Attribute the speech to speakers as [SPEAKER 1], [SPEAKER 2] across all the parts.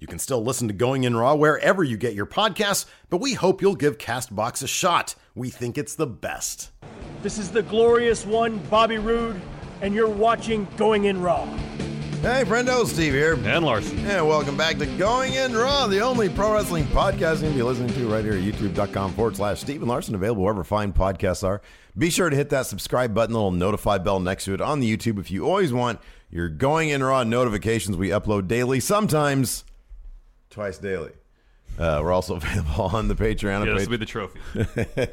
[SPEAKER 1] You can still listen to Going In Raw wherever you get your podcasts, but we hope you'll give Castbox a shot. We think it's the best.
[SPEAKER 2] This is the glorious one, Bobby Roode, and you're watching Going In Raw.
[SPEAKER 3] Hey, friendo, Steve here.
[SPEAKER 4] And Larson.
[SPEAKER 3] And welcome back to Going In Raw, the only pro wrestling podcast you can be listening to right here at youtube.com forward slash Steven Larson, available wherever fine podcasts are. Be sure to hit that subscribe button, the little notify bell next to it on the YouTube if you always want your Going In Raw notifications. We upload daily, sometimes twice daily. Uh, we're also available on the Patreon.
[SPEAKER 4] Yeah,
[SPEAKER 3] at
[SPEAKER 4] this
[SPEAKER 3] pat-
[SPEAKER 4] will be the trophy.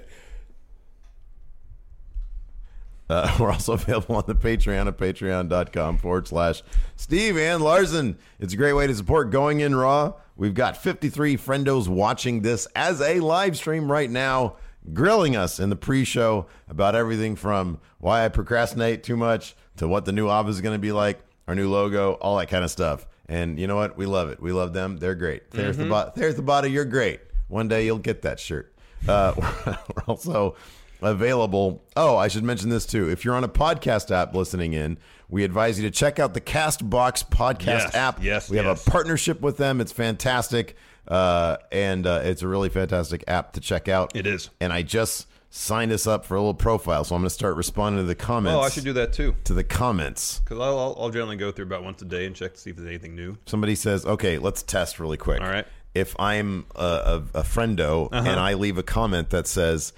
[SPEAKER 3] Uh, we're also available on the Patreon at patreon.com forward slash Steve and Larson. It's a great way to support Going In Raw. We've got 53 friendos watching this as a live stream right now, grilling us in the pre show about everything from why I procrastinate too much to what the new office is going to be like, our new logo, all that kind of stuff. And you know what? We love it. We love them. They're great. There's the bo- there's the body. You're great. One day you'll get that shirt. Uh, we're, we're also available. Oh, I should mention this too. If you're on a podcast app listening in, we advise you to check out the Castbox podcast
[SPEAKER 4] Yes,
[SPEAKER 3] app.
[SPEAKER 4] yes,
[SPEAKER 3] we have
[SPEAKER 4] yes.
[SPEAKER 3] a partnership with them. It's fantastic, uh, and uh, it's a really fantastic app to check out.
[SPEAKER 4] It is.
[SPEAKER 3] And I just signed us up for a little profile, so I'm going to start responding to the comments.
[SPEAKER 4] Oh, I should do that too.
[SPEAKER 3] to the comments.
[SPEAKER 4] Because I'll, I'll, I'll generally go through about once a day and check to see if there's anything new.
[SPEAKER 3] Somebody says, "Okay, let's test really quick."
[SPEAKER 4] All right.
[SPEAKER 3] If I'm a, a, a friendo and I leave a comment that says,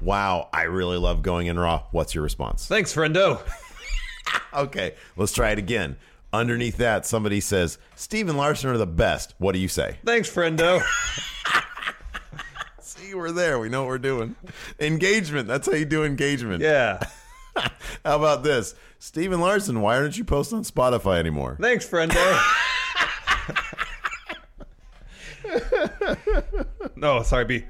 [SPEAKER 3] "Wow, I really love going in raw," what's your response?
[SPEAKER 4] Thanks, friendo.
[SPEAKER 3] Okay, let's try it again. Underneath that, somebody says, Steven Larson are the best. What do you say?
[SPEAKER 4] Thanks, friendo.
[SPEAKER 3] See, we're there. We know what we're doing. Engagement. That's how you do engagement.
[SPEAKER 4] Yeah.
[SPEAKER 3] How about this? Steven Larson, why aren't you posting on Spotify anymore?
[SPEAKER 4] Thanks, friendo. no, sorry, B.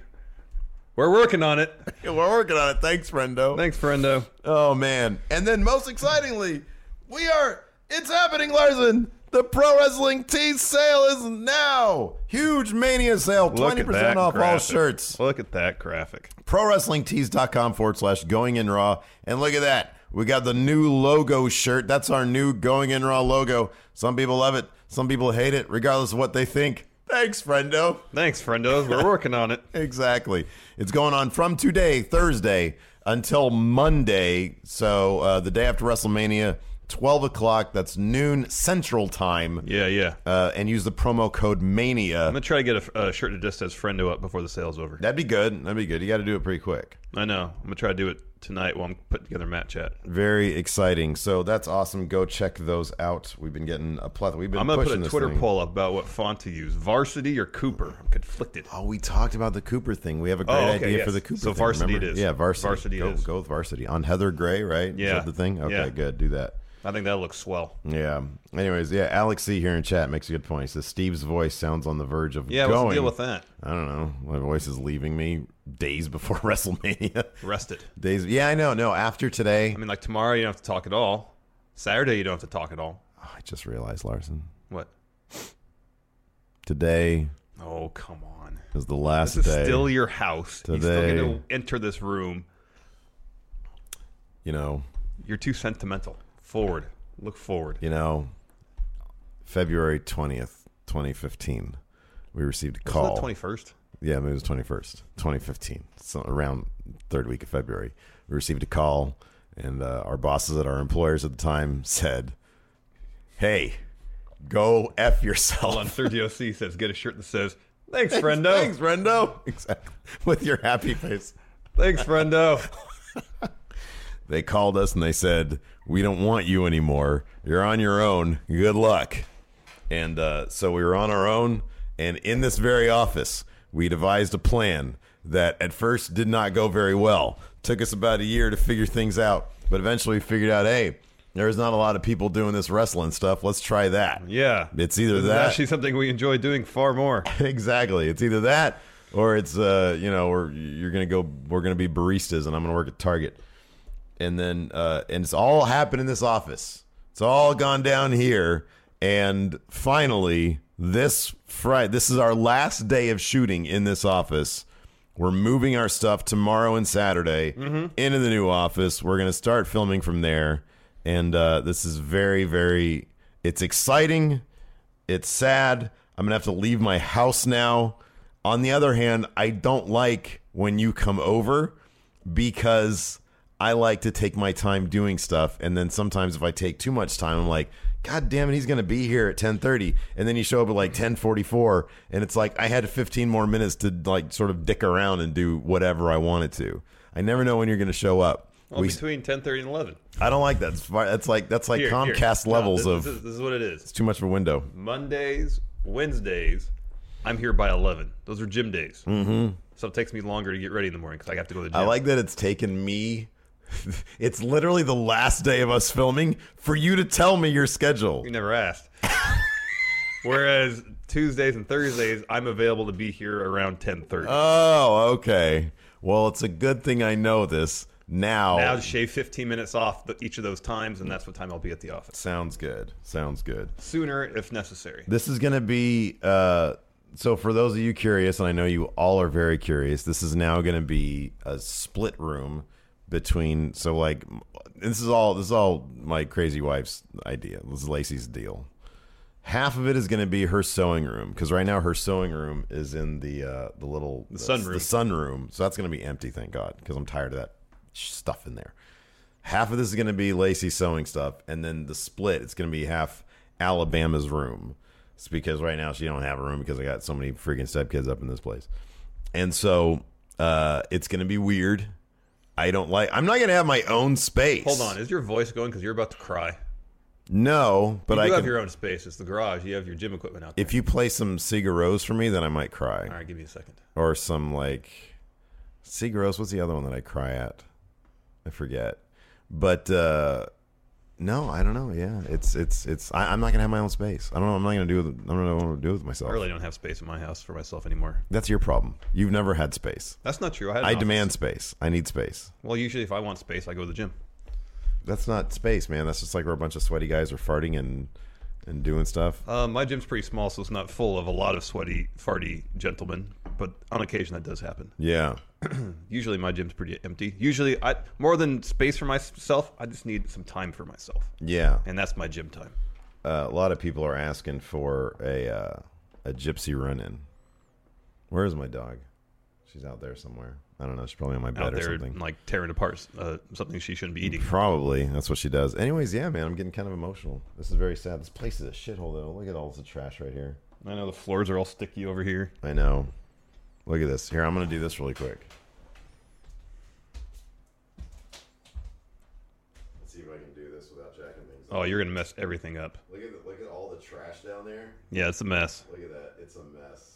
[SPEAKER 4] We're working on it.
[SPEAKER 3] We're working on it. Thanks, friendo.
[SPEAKER 4] Thanks, friendo.
[SPEAKER 3] Oh, man. And then, most excitingly, we are, it's happening, Larson. The Pro Wrestling Tees sale is now. Huge mania sale. 20% off all shirts.
[SPEAKER 4] Look at that graphic.
[SPEAKER 3] ProWrestlingTees.com forward slash going in raw. And look at that. We got the new logo shirt. That's our new going in raw logo. Some people love it, some people hate it, regardless of what they think. Thanks, friendo.
[SPEAKER 4] Thanks, friendos. We're working on it.
[SPEAKER 3] Exactly. It's going on from today, Thursday, until Monday. So uh, the day after WrestleMania, 12 o'clock. That's noon Central Time.
[SPEAKER 4] Yeah, yeah.
[SPEAKER 3] Uh, and use the promo code MANIA.
[SPEAKER 4] I'm gonna try to get a, a shirt that just says friendo up before the sale's over.
[SPEAKER 3] That'd be good. That'd be good. You got to do it pretty quick.
[SPEAKER 4] I know. I'm gonna try to do it tonight while I'm putting together Matt chat.
[SPEAKER 3] Very exciting. So that's awesome. Go check those out. We've been getting a plethora. We've been.
[SPEAKER 4] I'm gonna
[SPEAKER 3] pushing
[SPEAKER 4] put a
[SPEAKER 3] this
[SPEAKER 4] Twitter
[SPEAKER 3] thing.
[SPEAKER 4] poll up about what font to use, Varsity or Cooper. I'm conflicted.
[SPEAKER 3] Oh, we talked about the Cooper thing. We have a great
[SPEAKER 4] Oh, okay,
[SPEAKER 3] idea
[SPEAKER 4] yes.
[SPEAKER 3] for the Cooper.
[SPEAKER 4] So
[SPEAKER 3] thing,
[SPEAKER 4] Varsity
[SPEAKER 3] remember?
[SPEAKER 4] it is.
[SPEAKER 3] Yeah, varsity.
[SPEAKER 4] Varsity
[SPEAKER 3] Go,
[SPEAKER 4] is.
[SPEAKER 3] go with varsity on Heather Gray, right? Is
[SPEAKER 4] Yeah.
[SPEAKER 3] that the thing. Okay,
[SPEAKER 4] Yeah.
[SPEAKER 3] good. Do that.
[SPEAKER 4] I think that looks swell.
[SPEAKER 3] Yeah. Anyways, yeah. Alex C here in chat makes a good point. He says Steve's voice sounds on the verge of
[SPEAKER 4] Yeah,
[SPEAKER 3] going.
[SPEAKER 4] what's the deal with that?
[SPEAKER 3] I don't know. My voice is leaving me days before WrestleMania.
[SPEAKER 4] Rested.
[SPEAKER 3] days. Yeah, I know. No, after today,
[SPEAKER 4] I mean, like tomorrow you don't have to talk at all. Saturday you don't have to talk at all.
[SPEAKER 3] I just realized Larson.
[SPEAKER 4] What?
[SPEAKER 3] Today
[SPEAKER 4] Oh, come on.
[SPEAKER 3] is the last
[SPEAKER 4] This is
[SPEAKER 3] day.
[SPEAKER 4] still your house. You still
[SPEAKER 3] Today.
[SPEAKER 4] get to enter this room.
[SPEAKER 3] You know,
[SPEAKER 4] You're too sentimental. Forward. Look forward.
[SPEAKER 3] you know, February twentieth, twenty fifteen, we received a
[SPEAKER 4] Isn't that
[SPEAKER 3] call.
[SPEAKER 4] 21st?
[SPEAKER 3] Yeah, maybe it was 21st, 2015. So around third week of February, we received a call, and uh, our bosses at our employers at the time said, "Hey, go f
[SPEAKER 4] Hold on.
[SPEAKER 3] yourself."
[SPEAKER 4] Sergio C says, get a shirt that says, thanks, friendo.
[SPEAKER 3] Thanks, Brendo. Exactly. With your happy face.
[SPEAKER 4] Thanks, friendo.
[SPEAKER 3] They called us and they said, "We don't want you anymore. You're on your own. Good luck." And uh, so we were on our own, and in this very office, we devised a plan that at first did not go very well. Took us about a year to figure things out, but eventually we figured out, hey, there's not a lot of people doing this wrestling stuff. Let's try that.
[SPEAKER 4] Yeah.
[SPEAKER 3] It's either
[SPEAKER 4] This is
[SPEAKER 3] that-
[SPEAKER 4] actually something we enjoy doing far more.
[SPEAKER 3] exactly. It's either that or it's uh, you know, or you're gonna go. We're gonna be baristas, and I'm gonna work at Target. And then, uh, and it's all happened in this office. It's all gone down here, and finally, this Friday, this is our last day of shooting in this office. We're moving our stuff tomorrow and Saturday into the new office. We're gonna start filming from there, and uh, this is very, very. It's exciting. It's sad. I'm going to have to leave my house now. On the other hand, I don't like when you come over because I like to take my time doing stuff and then sometimes if I take too much time I'm like god damn it he's going to be here at 10:30 and then you show up at like 10:44 and it's like I had 15 more minutes to like sort of dick around and do whatever I wanted to. I never know when you're going to show up.
[SPEAKER 4] Well,
[SPEAKER 3] we,
[SPEAKER 4] between 10.30 and 11.
[SPEAKER 3] I don't like that. It's fi- That's like that's like
[SPEAKER 4] Here, here.
[SPEAKER 3] Comcast
[SPEAKER 4] No,
[SPEAKER 3] levels
[SPEAKER 4] this-
[SPEAKER 3] of
[SPEAKER 4] This is, this is what it is.
[SPEAKER 3] it's too much of a window.
[SPEAKER 4] Mondays, Wednesdays, I'm here by 11. Those are gym days. Mm-hmm. So it takes me longer to get ready in the morning because I have to go to the gym.
[SPEAKER 3] I like that it's taken me. It's literally the last day of us filming for you to tell me your schedule.
[SPEAKER 4] You never asked. Whereas Tuesdays and Thursdays, I'm available to be here around 10:30.
[SPEAKER 3] Oh, okay. Well, it's a good thing I know this now.
[SPEAKER 4] now shave 15 minutes off the, each of those times, and that's what time I'll be at the office.
[SPEAKER 3] Sounds good. Sounds good.
[SPEAKER 4] Sooner, if necessary.
[SPEAKER 3] This is going to be uh, so for those of you curious, and I know you all are very curious. This is now going to be a split room between. So like, this is all this is all my crazy wife's idea. This is Lacey's deal. Half of it is going to be her sewing room because right now her sewing room is in the uh, the little the
[SPEAKER 4] sunroom.
[SPEAKER 3] The sunroom. So that's going to be empty, thank God, because I'm tired of that stuff in there half of this is going to be Lacey sewing stuff, and then the split it's going to be half Alabama's room. It's because right now she don't have a room because I got so many freaking stepkids up in this place, and so uh, it's going to be weird. I don't like. I'm not going to have my own space.
[SPEAKER 4] Hold on, is your voice going? Because you're about to cry.
[SPEAKER 3] No, but
[SPEAKER 4] You
[SPEAKER 3] I
[SPEAKER 4] do
[SPEAKER 3] can,
[SPEAKER 4] have your own space. It's the garage. You have your gym equipment out there.
[SPEAKER 3] if you play some Cigaros for me, then I might cry,
[SPEAKER 4] All right, give me a second.
[SPEAKER 3] or some like Cigaros. What's the other one that I cry at? I forget. But uh, no, I don't know. Yeah, it's it's it's. I, I'm not gonna have my own space. I don't know. I'm not gonna do. With, I don't know what I'm gonna do with myself.
[SPEAKER 4] I really don't have space in my house for myself anymore.
[SPEAKER 3] That's your problem. You've never had space.
[SPEAKER 4] That's not true. I, had an
[SPEAKER 3] I
[SPEAKER 4] office.
[SPEAKER 3] demand space. I need space.
[SPEAKER 4] Well, usually if I want space, I go to the gym.
[SPEAKER 3] That's not space, man. That's just like where a bunch of sweaty guys are farting and and doing stuff.
[SPEAKER 4] Uh, my gym's pretty small, so it's not full of a lot of sweaty, farty gentlemen. But on occasion, that does happen.
[SPEAKER 3] Yeah.
[SPEAKER 4] Usually my gym's pretty empty. Usually I more than space for myself, I just need some time for myself.
[SPEAKER 3] Yeah.
[SPEAKER 4] And that's my gym time.
[SPEAKER 3] Uh, a lot of people are asking for a uh, a gypsy run-in. Where is my dog? She's out there somewhere. I don't know. She's probably on my
[SPEAKER 4] Out
[SPEAKER 3] bed or
[SPEAKER 4] there
[SPEAKER 3] something.
[SPEAKER 4] like tearing apart uh, something she shouldn't be eating.
[SPEAKER 3] Probably that's what she does. Anyways, yeah, man, I'm getting kind of emotional. This is very sad. This place is a shithole, though. Look at all this trash right here.
[SPEAKER 4] I know the floors are all sticky over here.
[SPEAKER 3] I know. Look at this. Here, I'm gonna do this really quick. Let's see if I can do this without jacking things.
[SPEAKER 4] Oh, you're gonna mess everything up.
[SPEAKER 3] Look at the, look at all the trash down there.
[SPEAKER 4] Yeah, it's a mess.
[SPEAKER 3] Look at that. It's a mess.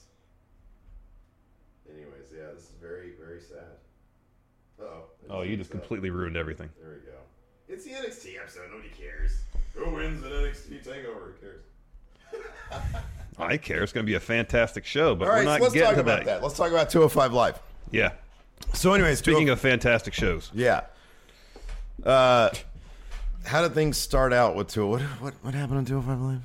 [SPEAKER 3] Anyways, yeah, this is very, very sad. oh.
[SPEAKER 4] Oh, you just completely ruined everything.
[SPEAKER 3] There we go. It's the NXT episode. Nobody cares. Who wins an NXT takeover? Who cares?
[SPEAKER 4] I care. It's gonna be a fantastic show, but
[SPEAKER 3] All right,
[SPEAKER 4] we're
[SPEAKER 3] so
[SPEAKER 4] not
[SPEAKER 3] let's
[SPEAKER 4] getting
[SPEAKER 3] talk
[SPEAKER 4] to
[SPEAKER 3] about that. Let's talk about 205 Live.
[SPEAKER 4] Yeah.
[SPEAKER 3] So, anyways, oh
[SPEAKER 4] Speaking of fantastic shows,
[SPEAKER 3] Yeah. Uh, how did things start out with 2? What, what what hideo on 205 Live?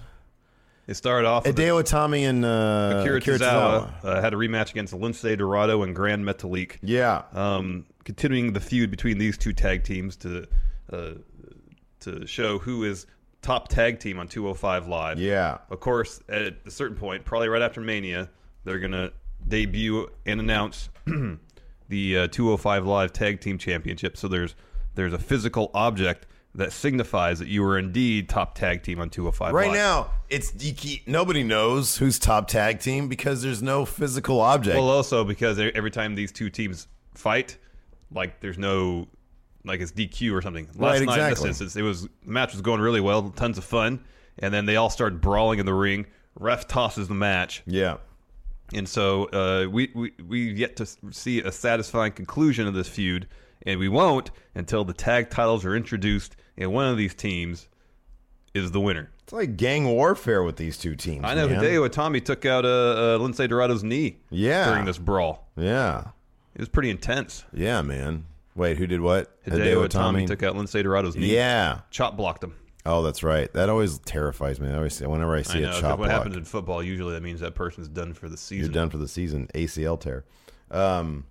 [SPEAKER 4] it started off with
[SPEAKER 3] Hideo Itami and uh,
[SPEAKER 4] Akira
[SPEAKER 3] Tozawa.
[SPEAKER 4] Tozawa uh, had a rematch against Lindsay Dorado and Grand Metalik.
[SPEAKER 3] Yeah.
[SPEAKER 4] um, continuing the feud between these two tag teams to uh, to show who is top tag team on 205 Live.
[SPEAKER 3] Yeah.
[SPEAKER 4] Of course, at a certain point, probably right after Mania, they're gonna debut and announce the uh, 205 Live Tag Team Championship. So there's there's a physical object that signifies that you are indeed top tag team on 205
[SPEAKER 3] Right
[SPEAKER 4] Live.
[SPEAKER 3] now, it's you keep- nobody knows who's top tag team because there's no physical object.
[SPEAKER 4] Well, also because e- every time these two teams fight, like there's no, like it's DQ or something. Last
[SPEAKER 3] Right,
[SPEAKER 4] night in this
[SPEAKER 3] exactly.
[SPEAKER 4] instance, it was the match was going really well, tons of fun, and then they all start brawling in the ring. Ref tosses the match,
[SPEAKER 3] yeah.
[SPEAKER 4] and so uh, we we we've yet to s- see a satisfying conclusion of this feud, and we won't until the tag titles are introduced, and one of these teams is the winner.
[SPEAKER 3] It's like gang warfare with these two teams.
[SPEAKER 4] I know
[SPEAKER 3] man.
[SPEAKER 4] Hideo Itami took out uh, uh, Lindsay Dorado's knee
[SPEAKER 3] Yeah.
[SPEAKER 4] during this brawl.
[SPEAKER 3] Yeah.
[SPEAKER 4] It was pretty intense.
[SPEAKER 3] Yeah, man. Wait, who did what?
[SPEAKER 4] Hideo Itami took out Lindsay Dorado's knee.
[SPEAKER 3] Yeah.
[SPEAKER 4] Chop blocked him.
[SPEAKER 3] Oh, that's right. That always terrifies me. I always see, whenever I see
[SPEAKER 4] I know.
[SPEAKER 3] a
[SPEAKER 4] 'cause
[SPEAKER 3] chop
[SPEAKER 4] what
[SPEAKER 3] block,
[SPEAKER 4] happens in football, usually that means that person's done for the
[SPEAKER 3] you're
[SPEAKER 4] season.
[SPEAKER 3] done for the season. ACL tear. Um,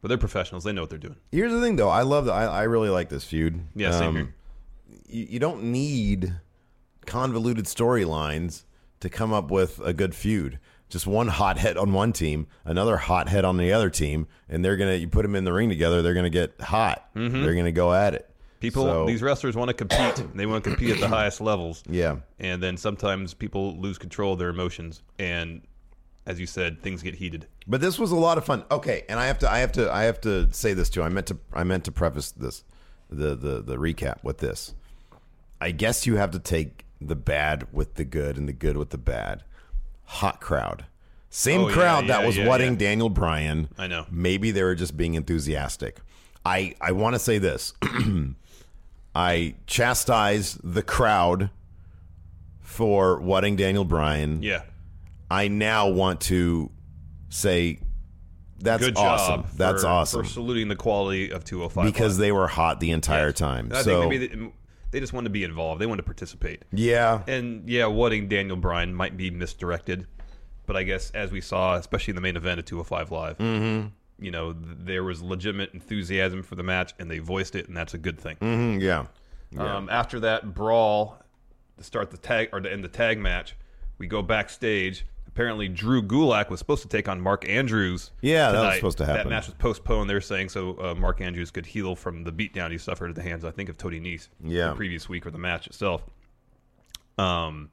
[SPEAKER 4] But they're professionals. They know what they're doing.
[SPEAKER 3] Here's the thing, though. I love that. I, I really like this feud. Um,
[SPEAKER 4] Yeah, same here.
[SPEAKER 3] You, you don't need convoluted storylines to come up with a good feud. Just one hothead on one team, another hothead on the other team, and they're gonna. You put them in the ring together, they're gonna get hot. They're gonna go at it.
[SPEAKER 4] Mm-hmm. People,
[SPEAKER 3] So,
[SPEAKER 4] these wrestlers want to compete. they want to compete at the highest levels.
[SPEAKER 3] Yeah.
[SPEAKER 4] And then sometimes people lose control of their emotions. And as you said, things get heated.
[SPEAKER 3] But this was a lot of fun. Okay, and I have to I have to I have to say this too. I meant to I meant to preface this the the the recap with this. I guess you have to take the bad with the good and the good with the bad. Hot crowd. Same
[SPEAKER 4] Oh, yeah,
[SPEAKER 3] crowd that
[SPEAKER 4] yeah,
[SPEAKER 3] was
[SPEAKER 4] yeah,
[SPEAKER 3] wedding
[SPEAKER 4] yeah.
[SPEAKER 3] Daniel Bryan.
[SPEAKER 4] I know.
[SPEAKER 3] Maybe they were just being enthusiastic. I I want to say this. I chastised the crowd for wedding Daniel Bryan.
[SPEAKER 4] Yeah.
[SPEAKER 3] I now want to say that's
[SPEAKER 4] Good
[SPEAKER 3] awesome.
[SPEAKER 4] job.
[SPEAKER 3] that's
[SPEAKER 4] for,
[SPEAKER 3] awesome
[SPEAKER 4] For saluting the quality of 205.
[SPEAKER 3] because they were hot the entire time.
[SPEAKER 4] I
[SPEAKER 3] so
[SPEAKER 4] think maybe they, they just want to be involved. They want to participate.
[SPEAKER 3] yeah,
[SPEAKER 4] And yeah, wedding Daniel Bryan might be misdirected, but I guess as we saw, especially in the main event of 205 Live, you know, th- there was legitimate enthusiasm for the match, and they voiced it, and that's a good thing.
[SPEAKER 3] Mm, yeah,
[SPEAKER 4] Um, after that brawl to start the tag or to end the tag match, we go backstage. Apparently, Drew Gulak was supposed to take on Mark Andrews.
[SPEAKER 3] Yeah, that was
[SPEAKER 4] tonight.
[SPEAKER 3] supposed to happen.
[SPEAKER 4] That match was postponed. They're saying so uh, Mark Andrews could heal from the beatdown he suffered at the hands, I think, of Tony Nese
[SPEAKER 3] Yeah.
[SPEAKER 4] the previous week or the match itself. Um,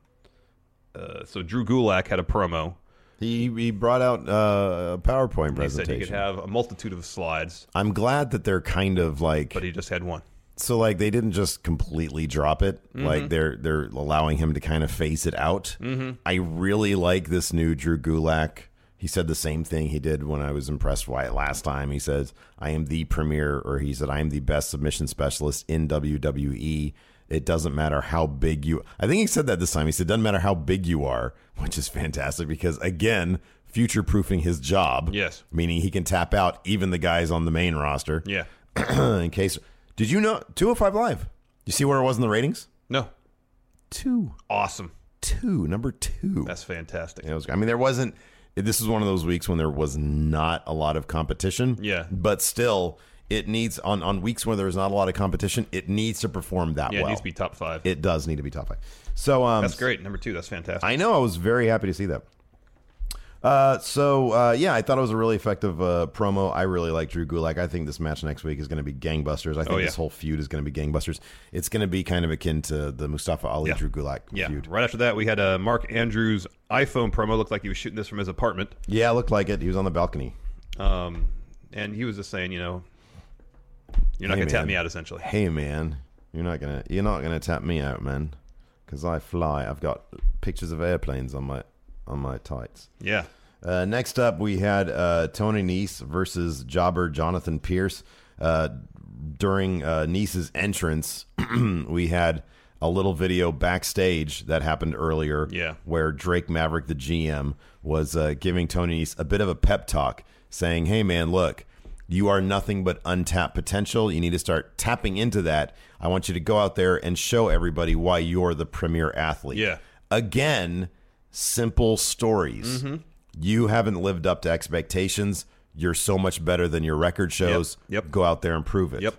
[SPEAKER 4] uh, so Drew Gulak had a promo.
[SPEAKER 3] he he brought out uh, a PowerPoint
[SPEAKER 4] He said
[SPEAKER 3] presentation.
[SPEAKER 4] he could have a multitude of slides,
[SPEAKER 3] I'm glad that they're kind of like
[SPEAKER 4] but he just had one.
[SPEAKER 3] so like they didn't just completely drop it.
[SPEAKER 4] Mm-hmm.
[SPEAKER 3] Like they're they're allowing him to kind of phase it out.
[SPEAKER 4] Mm-hmm.
[SPEAKER 3] I really like this new Drew Gulak. He said the same thing he did when I was impressed Wyatt last time. He says, "I am the premier," or he said, "I am the best submission specialist in WWE." It doesn't matter how big you. I think he said that this time. He said, "Doesn't matter how big you are," which is fantastic because again, future proofing his job.
[SPEAKER 4] Yes.
[SPEAKER 3] meaning he can tap out even the guys on the main roster.
[SPEAKER 4] Yeah.
[SPEAKER 3] in case did you know 205 live you see where it was in the ratings
[SPEAKER 4] No.
[SPEAKER 3] two
[SPEAKER 4] Awesome.
[SPEAKER 3] two number two
[SPEAKER 4] That's fantastic.
[SPEAKER 3] it was, i mean there wasn't this is one of those weeks when there was not a lot of competition
[SPEAKER 4] Yeah.
[SPEAKER 3] but still it needs on on weeks where there's not a lot of competition it needs to perform that
[SPEAKER 4] Yeah,
[SPEAKER 3] well
[SPEAKER 4] it needs to be top five.
[SPEAKER 3] It does need to be top five so um
[SPEAKER 4] that's great. Number two, that's fantastic.
[SPEAKER 3] I know. I was very happy to see that. Uh, so uh, yeah, I thought it was a really effective uh, promo. I really like Drew Gulak. I think this match next week is going to be gangbusters. I think
[SPEAKER 4] Oh, yeah.
[SPEAKER 3] this whole feud is going to be gangbusters. It's going to be kind of akin to the Mustafa Ali Drew Gulak
[SPEAKER 4] Yeah.
[SPEAKER 3] feud.
[SPEAKER 4] Right after that, we had a Mark Andrews iPhone promo. Looked like he was shooting this from his apartment,
[SPEAKER 3] Yeah, looked like it. He was on the balcony.
[SPEAKER 4] um, and he was just saying, you know, you're not
[SPEAKER 3] Hey,
[SPEAKER 4] gonna tap
[SPEAKER 3] man.
[SPEAKER 4] me out, essentially.
[SPEAKER 3] Hey man, you're not gonna you're not gonna tap me out, man, because I fly. I've got pictures of airplanes on my on my tights.
[SPEAKER 4] Yeah.
[SPEAKER 3] Uh, next up, we had uh, Tony Nese versus jobber Jonathan Pierce. Uh, during uh, Neese's entrance, we had a little video backstage that happened earlier
[SPEAKER 4] Yeah.
[SPEAKER 3] where Drake Maverick, the GM, was uh, giving Tony Nese a bit of a pep talk, saying, Hey, man, look, you are nothing but untapped potential. You need to start tapping into that. I want you to go out there and show everybody why you're the premier athlete.
[SPEAKER 4] Yeah.
[SPEAKER 3] Again, simple stories.
[SPEAKER 4] Mm-hmm.
[SPEAKER 3] You haven't lived up to expectations. You're so much better than your record shows.
[SPEAKER 4] Yep.
[SPEAKER 3] Go out there and prove it.
[SPEAKER 4] Yep.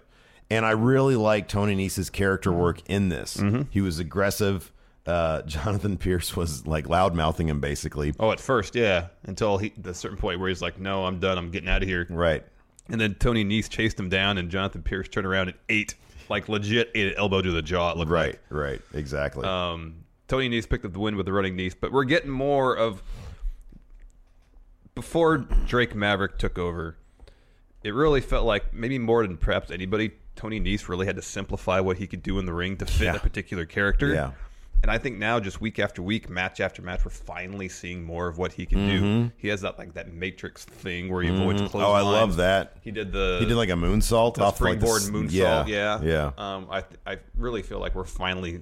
[SPEAKER 3] And I really like Tony Nese's character work in this.
[SPEAKER 4] Mm-hmm.
[SPEAKER 3] He was aggressive. Uh, Jonathan Pierce was like loud mouthing him basically.
[SPEAKER 4] Oh, at first, yeah, until he the certain point where he's like, "No, I'm done. I'm getting out of here."
[SPEAKER 3] Right.
[SPEAKER 4] And then Tony Nese chased him down, and Jonathan Pierce turned around and ate, like legit, ate an elbow to the jaw. It looked like.
[SPEAKER 3] Right. Right. Exactly.
[SPEAKER 4] Um, Tony Nese picked up the win with the running Nese, but we're getting more of before Drake Maverick took over. It really felt like maybe more than perhaps anybody, Tony Nese really had to simplify what he could do in the ring to fit
[SPEAKER 3] Yeah.
[SPEAKER 4] a particular character.
[SPEAKER 3] Yeah.
[SPEAKER 4] And I think now, just week after week, match after match, we're finally seeing more of what he can do. He has that like that Matrix thing where he avoids close.
[SPEAKER 3] Mm-hmm. oh, I love that.
[SPEAKER 4] He did the
[SPEAKER 3] He did like a moonsault
[SPEAKER 4] the
[SPEAKER 3] off like the
[SPEAKER 4] springboard
[SPEAKER 3] s-
[SPEAKER 4] moonsault. Yeah,
[SPEAKER 3] Yeah.
[SPEAKER 4] Um, I th- I really feel like we're finally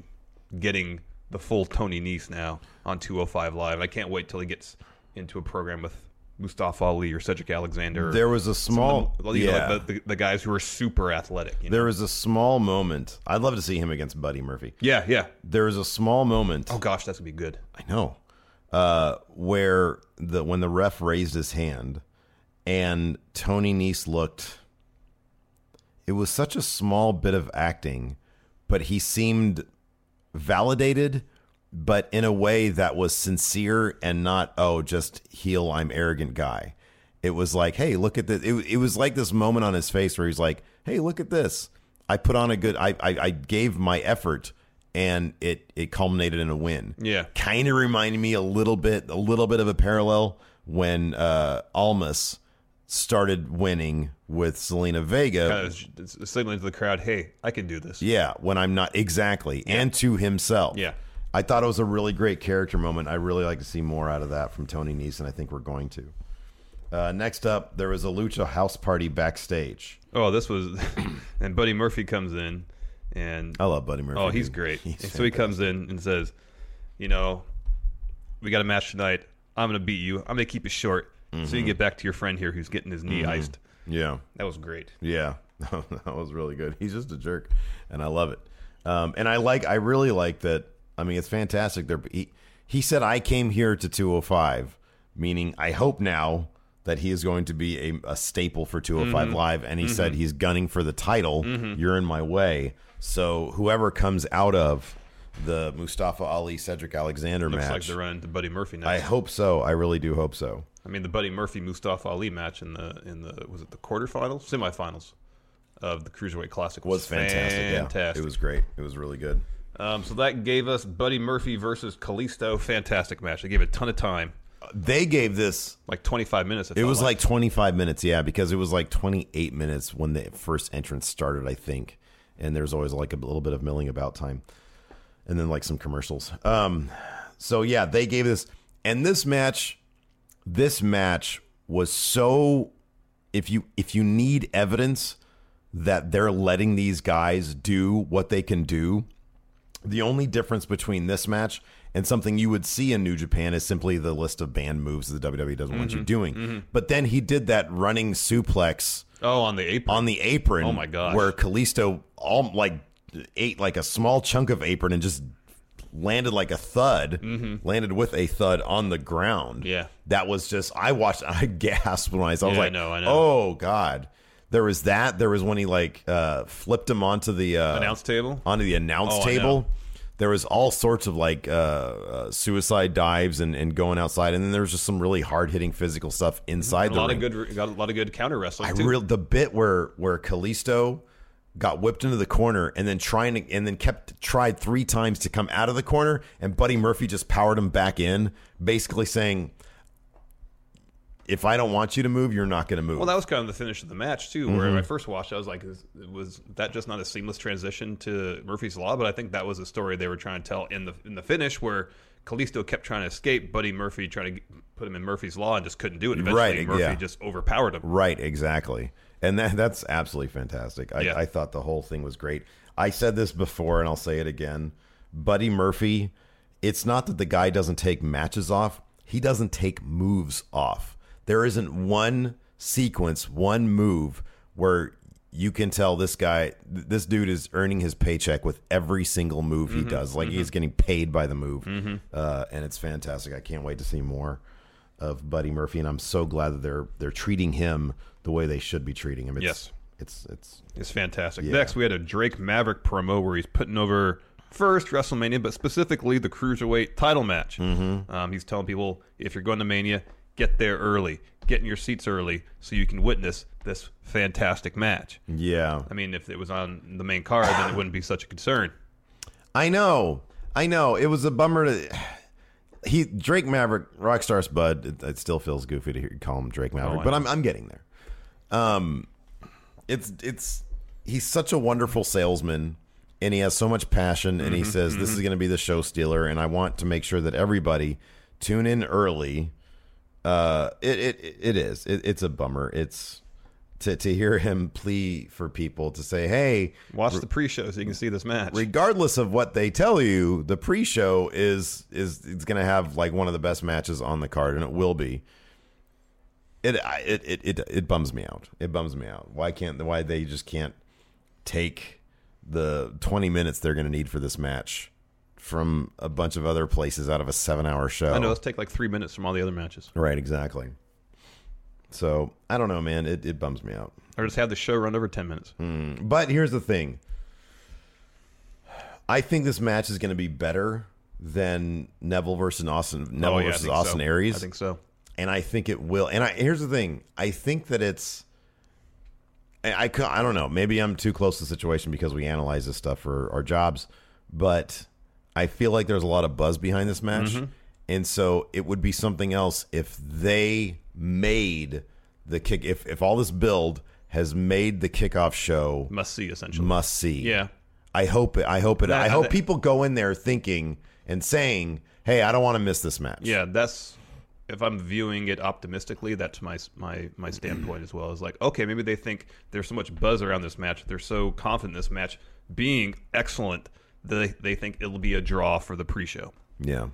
[SPEAKER 4] getting the full Tony Nese now on 205 Live. I can't wait till he gets into a program with Mustafa Ali or Cedric Alexander. or
[SPEAKER 3] There was a
[SPEAKER 4] some of
[SPEAKER 3] small.
[SPEAKER 4] the, you know,
[SPEAKER 3] yeah.
[SPEAKER 4] like the, the, the guys who are super athletic. You know?
[SPEAKER 3] there was a small moment. I'd love to see him against Buddy Murphy.
[SPEAKER 4] Yeah, yeah.
[SPEAKER 3] There was a small moment.
[SPEAKER 4] Oh gosh, that's gonna be good.
[SPEAKER 3] I know. Uh, where the when the ref raised his hand, and Tony Nese looked. It was such a small bit of acting, but he seemed validated, but in a way that was sincere and not oh just heel I'm arrogant guy. It was like hey look at this. It, it was like this moment on his face where he's like hey look at this. I put on a good. I I, I gave my effort. And it, it culminated in a win
[SPEAKER 4] Yeah.
[SPEAKER 3] kind of reminded me a little bit a little bit of a parallel when uh Almas started winning with Selena Vega.
[SPEAKER 4] Kind of s- signaling to the crowd, "Hey, I can do this."
[SPEAKER 3] Yeah, when I'm not exactly and to himself.
[SPEAKER 4] Yeah.
[SPEAKER 3] I thought it was a really great character moment. I really like to see more out of that from Tony Nese, and I think we're going to. Uh, next up, there was a Lucha house party backstage.
[SPEAKER 4] Oh, this was, and Buddy Murphy comes in, and
[SPEAKER 3] I love Buddy Murphy.
[SPEAKER 4] Oh, he's
[SPEAKER 3] dude.
[SPEAKER 4] great.
[SPEAKER 3] He's
[SPEAKER 4] And so he comes in and says, "You know, we got a match tonight. I'm gonna beat you. I'm gonna keep it short, so you
[SPEAKER 3] Mm-hmm.
[SPEAKER 4] can get back to your friend here who's getting his knee iced."
[SPEAKER 3] Yeah.
[SPEAKER 4] That was great.
[SPEAKER 3] Yeah, that was really good. He's just a jerk, and I love it. Um, and I like, I really like that. I mean, it's fantastic. There, he he said, "I came here to 205," meaning I hope now that he is going to be a, a staple for 205
[SPEAKER 4] Mm-hmm.
[SPEAKER 3] Live. And he said he's gunning for the title. You're in my way. So whoever comes out of the Mustafa Ali Cedric Alexander
[SPEAKER 4] Looks
[SPEAKER 3] match,
[SPEAKER 4] like they're running to Buddy Murphy now.
[SPEAKER 3] I
[SPEAKER 4] I,
[SPEAKER 3] hope so. I really do hope so.
[SPEAKER 4] mean, the Buddy Murphy Mustafa Ali match in the in the was it the quarterfinals, semifinals of the Cruiserweight Classic
[SPEAKER 3] Was fantastic. Yeah,
[SPEAKER 4] Fantastic.
[SPEAKER 3] it was great. It was really good.
[SPEAKER 4] Um, so that gave us Buddy Murphy versus Kalisto. Fantastic match. They gave it a ton of time,
[SPEAKER 3] They gave this
[SPEAKER 4] like 25 minutes.
[SPEAKER 3] It was like 25 minutes, yeah, because it was like 28 minutes when the first entrance started, I think. And there's always like a little bit of milling about time and then like some commercials. Um so yeah, they gave this and this match this match was so if you if you need evidence that they're letting these guys do what they can do, the only difference between this match and something you would see in New Japan is simply the list of banned moves that the WWE doesn't want you
[SPEAKER 4] Mm-hmm.
[SPEAKER 3] doing. But then he did that running suplex
[SPEAKER 4] oh, on the apron.
[SPEAKER 3] on the apron.
[SPEAKER 4] Oh my gosh.
[SPEAKER 3] Where Kalisto all like ate like a small chunk of apron and just landed like a thud, landed with a thud on the ground.
[SPEAKER 4] Mm-hmm. Yeah.
[SPEAKER 3] that was just I watched. I gasped when I saw. I was
[SPEAKER 4] Yeah, I
[SPEAKER 3] like,
[SPEAKER 4] know, I know.
[SPEAKER 3] oh god. There was that. There was when he like uh, flipped him onto the uh,
[SPEAKER 4] Announce table?
[SPEAKER 3] onto the announce
[SPEAKER 4] Oh, I know.
[SPEAKER 3] table. There was all sorts of like uh, uh, suicide dives and, and going outside, and then there was just some really hard hitting physical stuff inside
[SPEAKER 4] Mm-hmm. a
[SPEAKER 3] the
[SPEAKER 4] lot
[SPEAKER 3] ring.
[SPEAKER 4] of good, got a lot of good counter wrestling.
[SPEAKER 3] I
[SPEAKER 4] too.
[SPEAKER 3] real the bit where where Callisto got whipped into the corner and then trying to and then kept tried three times to come out of the corner and Buddy Murphy just powered him back in, basically saying, "If I don't want you to move, you're not going to move."
[SPEAKER 4] Well, that was kind of the finish of the match too. Where
[SPEAKER 3] Mm-hmm.
[SPEAKER 4] when I first watched, it, I was like, is, "Was that just not a seamless transition to Murphy's Law?" But I think that was a story they were trying to tell in the in the finish, where Callisto kept trying to escape, Buddy Murphy trying to get- put him in Murphy's Law and just couldn't do it. Eventually,
[SPEAKER 3] Right,
[SPEAKER 4] Murphy
[SPEAKER 3] yeah.
[SPEAKER 4] just overpowered him.
[SPEAKER 3] Right, exactly. And that that's absolutely fantastic. I,
[SPEAKER 4] Yeah.
[SPEAKER 3] I thought the whole thing was great. I said this before and I'll say it again. Buddy Murphy, it's not that the guy doesn't take matches off, he doesn't take moves off. There isn't one sequence, one move where you can tell this guy, th- this dude is earning his paycheck with every single move he does. Like he's getting paid by the move. Uh, and it's fantastic. I can't wait to see more of Buddy Murphy, and I'm so glad that they're they're treating him the way they should be treating him. It's,
[SPEAKER 4] Yes.
[SPEAKER 3] it's It's it's
[SPEAKER 4] It's fantastic. Next, we had a Drake Maverick promo where he's putting over first WrestleMania, but specifically the cruiserweight title match. Mm-hmm. Um, he's telling people if you're going to Mania, get there early, get in your seats early, so you can witness this fantastic match.
[SPEAKER 3] yeah.
[SPEAKER 4] I mean, if it was on the main card, then it wouldn't be such a concern.
[SPEAKER 3] I know, I know. It was a bummer to. He Drake Maverick, Rockstar Spud. It, it still feels goofy to hear, call him Drake Maverick, but I'm I'm getting there. Um, it's it's he's such a wonderful salesman, and he has so much passion, and he says this is going to be the show stealer, and I want to make sure that everybody tune in early. Uh, it it it is. It, it's a bummer. It's. To, to hear him plea for people to say, hey,
[SPEAKER 4] Watch the pre-show so you can see this match.
[SPEAKER 3] regardless of what they tell you, the pre-show is is it's going to have like one of the best matches on the card, and it will be. It I- it it it, it bums me out. It bums me out. Why can't why they just can't take the twenty minutes they're going to need for this match from a bunch of other places out of a seven-hour show?
[SPEAKER 4] I know. Let's take like three minutes from all the other matches,
[SPEAKER 3] right? Exactly. So I don't know, man. It it bums me out.
[SPEAKER 4] or just have the show run over ten minutes.
[SPEAKER 3] But here's the thing. I think this match is going to be better than Neville versus Austin. Neville
[SPEAKER 4] Oh, yeah, I
[SPEAKER 3] versus
[SPEAKER 4] think
[SPEAKER 3] Austin
[SPEAKER 4] so.
[SPEAKER 3] Aries,
[SPEAKER 4] I think so.
[SPEAKER 3] and I think it will. And I here's the thing. I think that it's. I I, cou- I don't know. Maybe I'm too close to the situation because we analyze this stuff for our jobs, but I feel like there's a lot of buzz behind this match,
[SPEAKER 4] Mm-hmm.
[SPEAKER 3] and so it would be something else if they made the kick. If if all this build has made the kickoff show
[SPEAKER 4] Must see essentially.
[SPEAKER 3] must see.
[SPEAKER 4] Yeah.
[SPEAKER 3] I hope it. I hope it.
[SPEAKER 4] That-
[SPEAKER 3] I hope
[SPEAKER 4] that-
[SPEAKER 3] people go in there thinking and saying, "Hey, I don't want to miss this match."
[SPEAKER 4] Yeah, that's if I'm viewing it optimistically, that's my my my standpoint as well. Is like, okay, maybe they think there's so much buzz around this match, they're so confident this match being excellent, that they they think it'll be a draw for the pre-show.
[SPEAKER 3] yeah,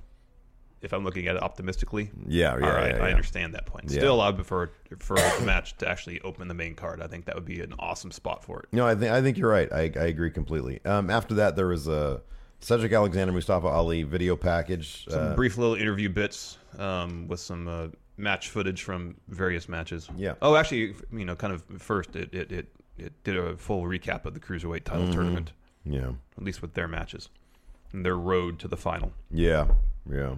[SPEAKER 4] If I'm looking at it optimistically,
[SPEAKER 3] yeah, yeah.
[SPEAKER 4] all right,
[SPEAKER 3] yeah,
[SPEAKER 4] I
[SPEAKER 3] yeah.
[SPEAKER 4] understand that point. Still, I prefer for the match to actually open the main card. I think that would be an awesome spot for it.
[SPEAKER 3] No, I think I think you're right. I, I agree completely. Um, after that, there was a Cedric Alexander, Mustafa Ali video package. Uh,
[SPEAKER 4] Brief little interview bits um, with some uh, match footage from various matches.
[SPEAKER 3] Yeah.
[SPEAKER 4] Oh, actually, you know, kind of first, it it, it, it did a full recap of the cruiserweight title
[SPEAKER 3] Mm-hmm.
[SPEAKER 4] tournament,
[SPEAKER 3] yeah,
[SPEAKER 4] at least with their matches and their road to the final.
[SPEAKER 3] yeah, yeah.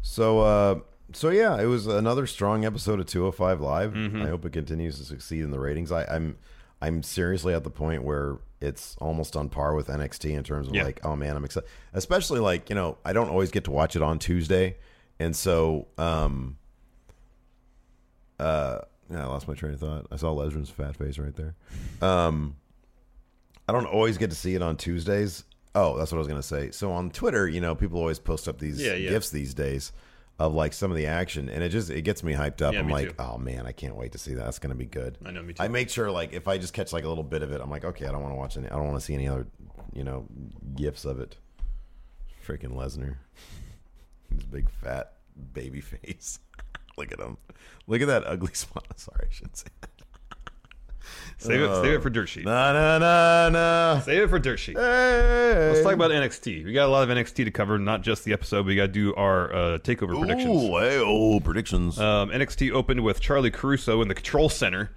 [SPEAKER 3] So, uh, so yeah, it was another strong episode of 205 Live. I hope it continues to succeed in the ratings. I, I'm, I'm seriously at the point where it's almost on par with NXT in terms of
[SPEAKER 4] Yeah.
[SPEAKER 3] like, oh man, I'm excited. Especially like, you know, I don't always get to watch it on Tuesday, and so, um, uh, yeah, I lost my train of thought. I saw Lesnar's fat face right there. Um, I don't always get to see it on Tuesdays. Oh, that's what I was gonna say. So on Twitter, you know, people always post up these
[SPEAKER 4] Yeah, yeah.
[SPEAKER 3] gifs these days of like some of the action, and it just it gets me hyped up.
[SPEAKER 4] Yeah,
[SPEAKER 3] I'm
[SPEAKER 4] me
[SPEAKER 3] like,
[SPEAKER 4] too.
[SPEAKER 3] oh man, I can't wait to see that. That's gonna be good.
[SPEAKER 4] I know, me too.
[SPEAKER 3] I make sure like if I just catch like a little bit of it, I'm like, okay, I don't want to watch any. I don't want to see any other, you know, gifs of it. Freaking Lesnar, his big fat baby face. Look at him. Look at that ugly smile. Sorry, I shouldn't say. That.
[SPEAKER 4] Save it, save it for dirt sheet.
[SPEAKER 3] Na na na na.
[SPEAKER 4] Save it for dirt sheet.
[SPEAKER 3] Oh. Hey.
[SPEAKER 4] Let's talk about NXT. We got a lot of NXT to cover, not just the episode. We got to do our uh, takeover predictions.
[SPEAKER 3] Ooh, hey, oh, predictions.
[SPEAKER 4] Um, NXT opened with Charlie Caruso in the Control Center,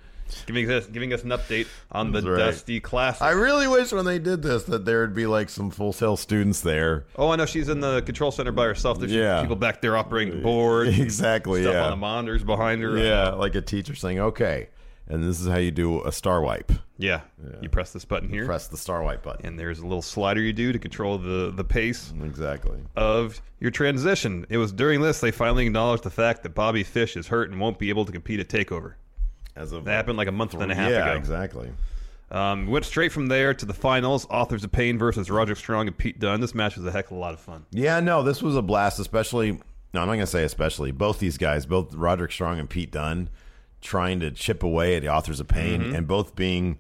[SPEAKER 4] giving us giving us an update on the
[SPEAKER 3] That's right.
[SPEAKER 4] Dusty Classic.
[SPEAKER 3] I really wish when they did this that there would be like some full sale students there.
[SPEAKER 4] oh, I know she's in the Control Center by herself. There's just
[SPEAKER 3] Yeah.
[SPEAKER 4] people back there operating the board, and
[SPEAKER 3] Exactly,
[SPEAKER 4] stuff
[SPEAKER 3] yeah.
[SPEAKER 4] on the monitors behind her.
[SPEAKER 3] Yeah, like a teacher saying, "Okay, and this is how you do a star wipe.
[SPEAKER 4] yeah. You press this button here,
[SPEAKER 3] Press the star wipe button."
[SPEAKER 4] and there's a little slider you do to control the the pace
[SPEAKER 3] Exactly.
[SPEAKER 4] of your transition. It was during this they finally acknowledged the fact that Bobby Fish is hurt and won't be able to compete at Takeover.
[SPEAKER 3] As of
[SPEAKER 4] That happened like a month and a half
[SPEAKER 3] yeah,
[SPEAKER 4] ago.
[SPEAKER 3] exactly.
[SPEAKER 4] Um, went straight from there to the finals. Authors of Pain versus Roger Strong and Pete Dunne. This match was a heck of a lot of fun.
[SPEAKER 3] Yeah, no, this was a blast, especially. No, I'm not gonna say especially. Both these guys, both Roderick Strong and Pete Dunne, trying to chip away at the authors of pain,
[SPEAKER 4] Mm-hmm.
[SPEAKER 3] and both being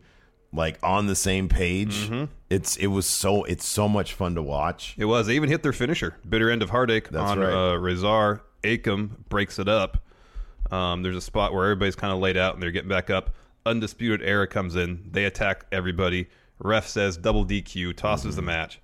[SPEAKER 3] like on the same page.
[SPEAKER 4] Mm-hmm.
[SPEAKER 3] It's it was so it's so much fun to watch.
[SPEAKER 4] It was. They even hit their finisher. Bitter End of Heartache on
[SPEAKER 3] right.
[SPEAKER 4] uh, Razar. Akam breaks it up. Um, there's a spot where everybody's kind of laid out and they're getting back up. Undisputed Era comes in. They attack everybody. Ref says double DQ,
[SPEAKER 3] Mm-hmm.
[SPEAKER 4] tosses the match.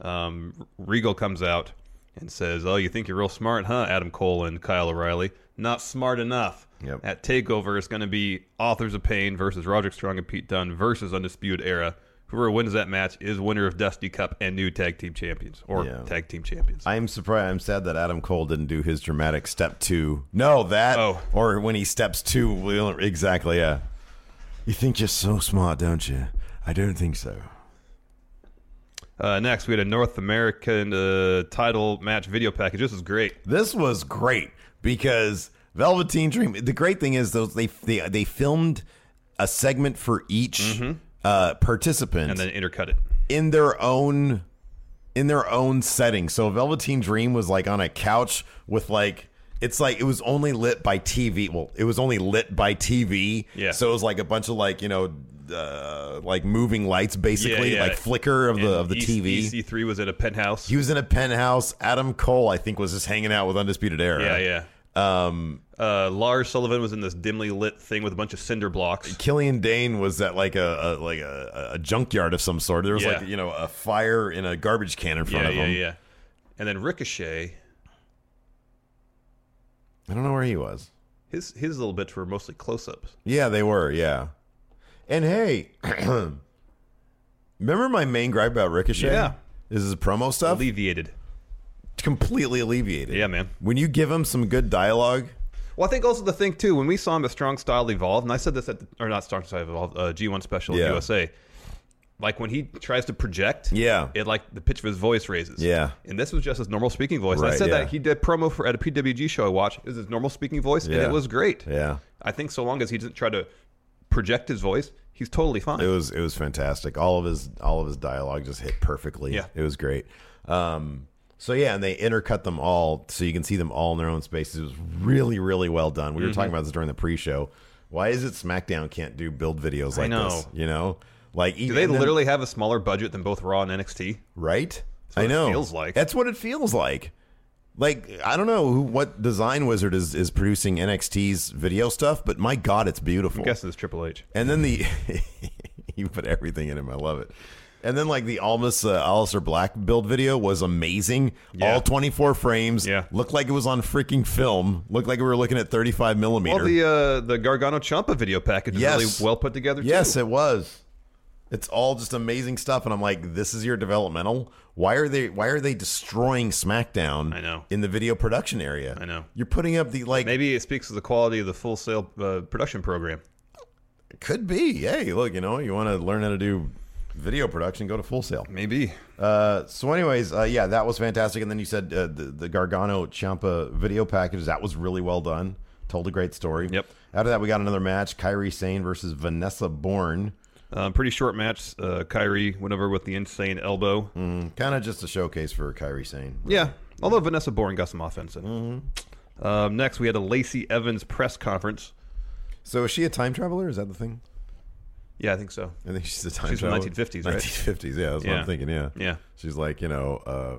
[SPEAKER 4] Um, Regal comes out and says, Oh, you think you're real smart, huh, Adam Cole and Kyle O'Reilly? Not smart enough.
[SPEAKER 3] Yep.
[SPEAKER 4] At Takeover, it's going to be Authors of Pain versus Roderick Strong and Pete Dunne versus Undisputed Era. Whoever wins that match is winner of Dusty Cup and new tag team champions or
[SPEAKER 3] Yeah.
[SPEAKER 4] tag team champions.
[SPEAKER 3] I'm surprised. I'm sad that Adam Cole didn't do his dramatic step two. No, that
[SPEAKER 4] Oh.
[SPEAKER 3] or when he steps two. we don't- Exactly. Yeah. You think you're so smart, don't you? I don't think so.
[SPEAKER 4] Uh, next, we had a North American uh, title match video package. This is great.
[SPEAKER 3] This was great because Velveteen Dream. The great thing is those they they they filmed a segment for each uh, participant
[SPEAKER 4] Mm-hmm. And then intercut it.
[SPEAKER 3] in their own in their own setting. So Velveteen Dream was like on a couch with like it's like it was only lit by TV. Well, it was only lit by TV.
[SPEAKER 4] Yeah.
[SPEAKER 3] So it was like a bunch of like you know uh, like moving lights basically
[SPEAKER 4] Yeah, yeah.
[SPEAKER 3] like flicker of the of the
[SPEAKER 4] And E
[SPEAKER 3] TV.
[SPEAKER 4] EC3 was in a penthouse.
[SPEAKER 3] he was in a penthouse. Adam Cole, I think, was just hanging out with Undisputed Era.
[SPEAKER 4] yeah, yeah.
[SPEAKER 3] Um,
[SPEAKER 4] Uh, Lars Sullivan was in this dimly lit thing with a bunch of cinder blocks.
[SPEAKER 3] Killian Dane was at like a, a like a, a junkyard of some sort. There was
[SPEAKER 4] Yeah.
[SPEAKER 3] like you know a fire in a garbage can in front
[SPEAKER 4] Yeah,
[SPEAKER 3] of
[SPEAKER 4] yeah,
[SPEAKER 3] him.
[SPEAKER 4] yeah. And then Ricochet,
[SPEAKER 3] I don't know where he was.
[SPEAKER 4] his his little bits were mostly close ups.
[SPEAKER 3] Yeah, they were. Yeah. And hey, remember my main gripe about Ricochet?
[SPEAKER 4] Yeah.
[SPEAKER 3] Is his promo stuff?
[SPEAKER 4] Alleviated.
[SPEAKER 3] completely alleviated.
[SPEAKER 4] Yeah, man.
[SPEAKER 3] When you give him some good dialogue,
[SPEAKER 4] Well, I think also the thing too when we saw him at Strong Style Evolve, and I said this at the, or not Strong Style Evolve, uh, G1 Special
[SPEAKER 3] Yeah.
[SPEAKER 4] USA. Like when he tries to project,
[SPEAKER 3] Yeah.
[SPEAKER 4] it like the pitch of his voice raises.
[SPEAKER 3] Yeah.
[SPEAKER 4] and this was just his normal speaking voice. And I
[SPEAKER 3] Right,
[SPEAKER 4] said
[SPEAKER 3] yeah.
[SPEAKER 4] that he did promo for at a PWG show I watched. It was his normal speaking voice, and
[SPEAKER 3] Yeah.
[SPEAKER 4] it was great.
[SPEAKER 3] yeah,
[SPEAKER 4] I think so long as he doesn't try to project his voice, he's totally fine.
[SPEAKER 3] it was it was fantastic. All of his all of his dialogue just hit perfectly.
[SPEAKER 4] Yeah.
[SPEAKER 3] it was great. Um, so yeah, and they intercut them all so you can see them all in their own spaces. It was really really well done. We were
[SPEAKER 4] Mm-hmm.
[SPEAKER 3] talking about this during the pre-show. Why is it SmackDown can't do build videos like
[SPEAKER 4] know.
[SPEAKER 3] this? You know, like e-
[SPEAKER 4] Do they literally have a smaller budget than both Raw and NXT?
[SPEAKER 3] right?
[SPEAKER 4] what
[SPEAKER 3] I
[SPEAKER 4] it
[SPEAKER 3] know.
[SPEAKER 4] feels like.
[SPEAKER 3] that's what it feels like. Like I don't know who, what design wizard is is producing NXT's video stuff, but my god, it's beautiful.
[SPEAKER 4] I'm guessing it's Triple H.
[SPEAKER 3] And then the you put everything in him. I love it. And then like the Almas uh, Alistair Black build video was amazing.
[SPEAKER 4] Yeah.
[SPEAKER 3] All 24 frames.
[SPEAKER 4] Yeah.
[SPEAKER 3] looked like it was on freaking film. Looked like we were looking at 35 millimeter.
[SPEAKER 4] Well, the uh, the Gargano Champa video package is
[SPEAKER 3] Yes.
[SPEAKER 4] really well put together.
[SPEAKER 3] Yes,
[SPEAKER 4] too.
[SPEAKER 3] it was. It's all just amazing stuff, and I'm like, this is your developmental. Why are they? Why are they destroying SmackDown?
[SPEAKER 4] I know.
[SPEAKER 3] in the video production area.
[SPEAKER 4] I know.
[SPEAKER 3] you're putting up the like.
[SPEAKER 4] Maybe it speaks to the quality of the full sale uh, production program.
[SPEAKER 3] it could be. Hey, look, you know, you want to learn how to do video production, go to Full Sail.
[SPEAKER 4] Maybe.
[SPEAKER 3] Uh, so, anyways, uh, yeah, that was fantastic. And then you said uh, the, the Gargano Champa video package that was really well done. Told a great story.
[SPEAKER 4] Yep.
[SPEAKER 3] After that, we got another match: Kyrie Sane versus Vanessa Bourne.
[SPEAKER 4] Uh, pretty short match. Uh, Kyrie went over with the insane elbow.
[SPEAKER 3] Kind of just a showcase for Kyrie Sane.
[SPEAKER 4] Yeah. Although Vanessa Bourne got some offense in. it. Um, next, we had a Lacey Evans press conference.
[SPEAKER 3] So, is she a time traveler? Is that the thing?
[SPEAKER 4] Yeah, I think so.
[SPEAKER 3] I think she's a time
[SPEAKER 4] She's from
[SPEAKER 3] traveler.
[SPEAKER 4] 1950s, right?
[SPEAKER 3] 1950s, yeah. That's what
[SPEAKER 4] Yeah.
[SPEAKER 3] I'm thinking, yeah.
[SPEAKER 4] Yeah.
[SPEAKER 3] She's like, you know, uh,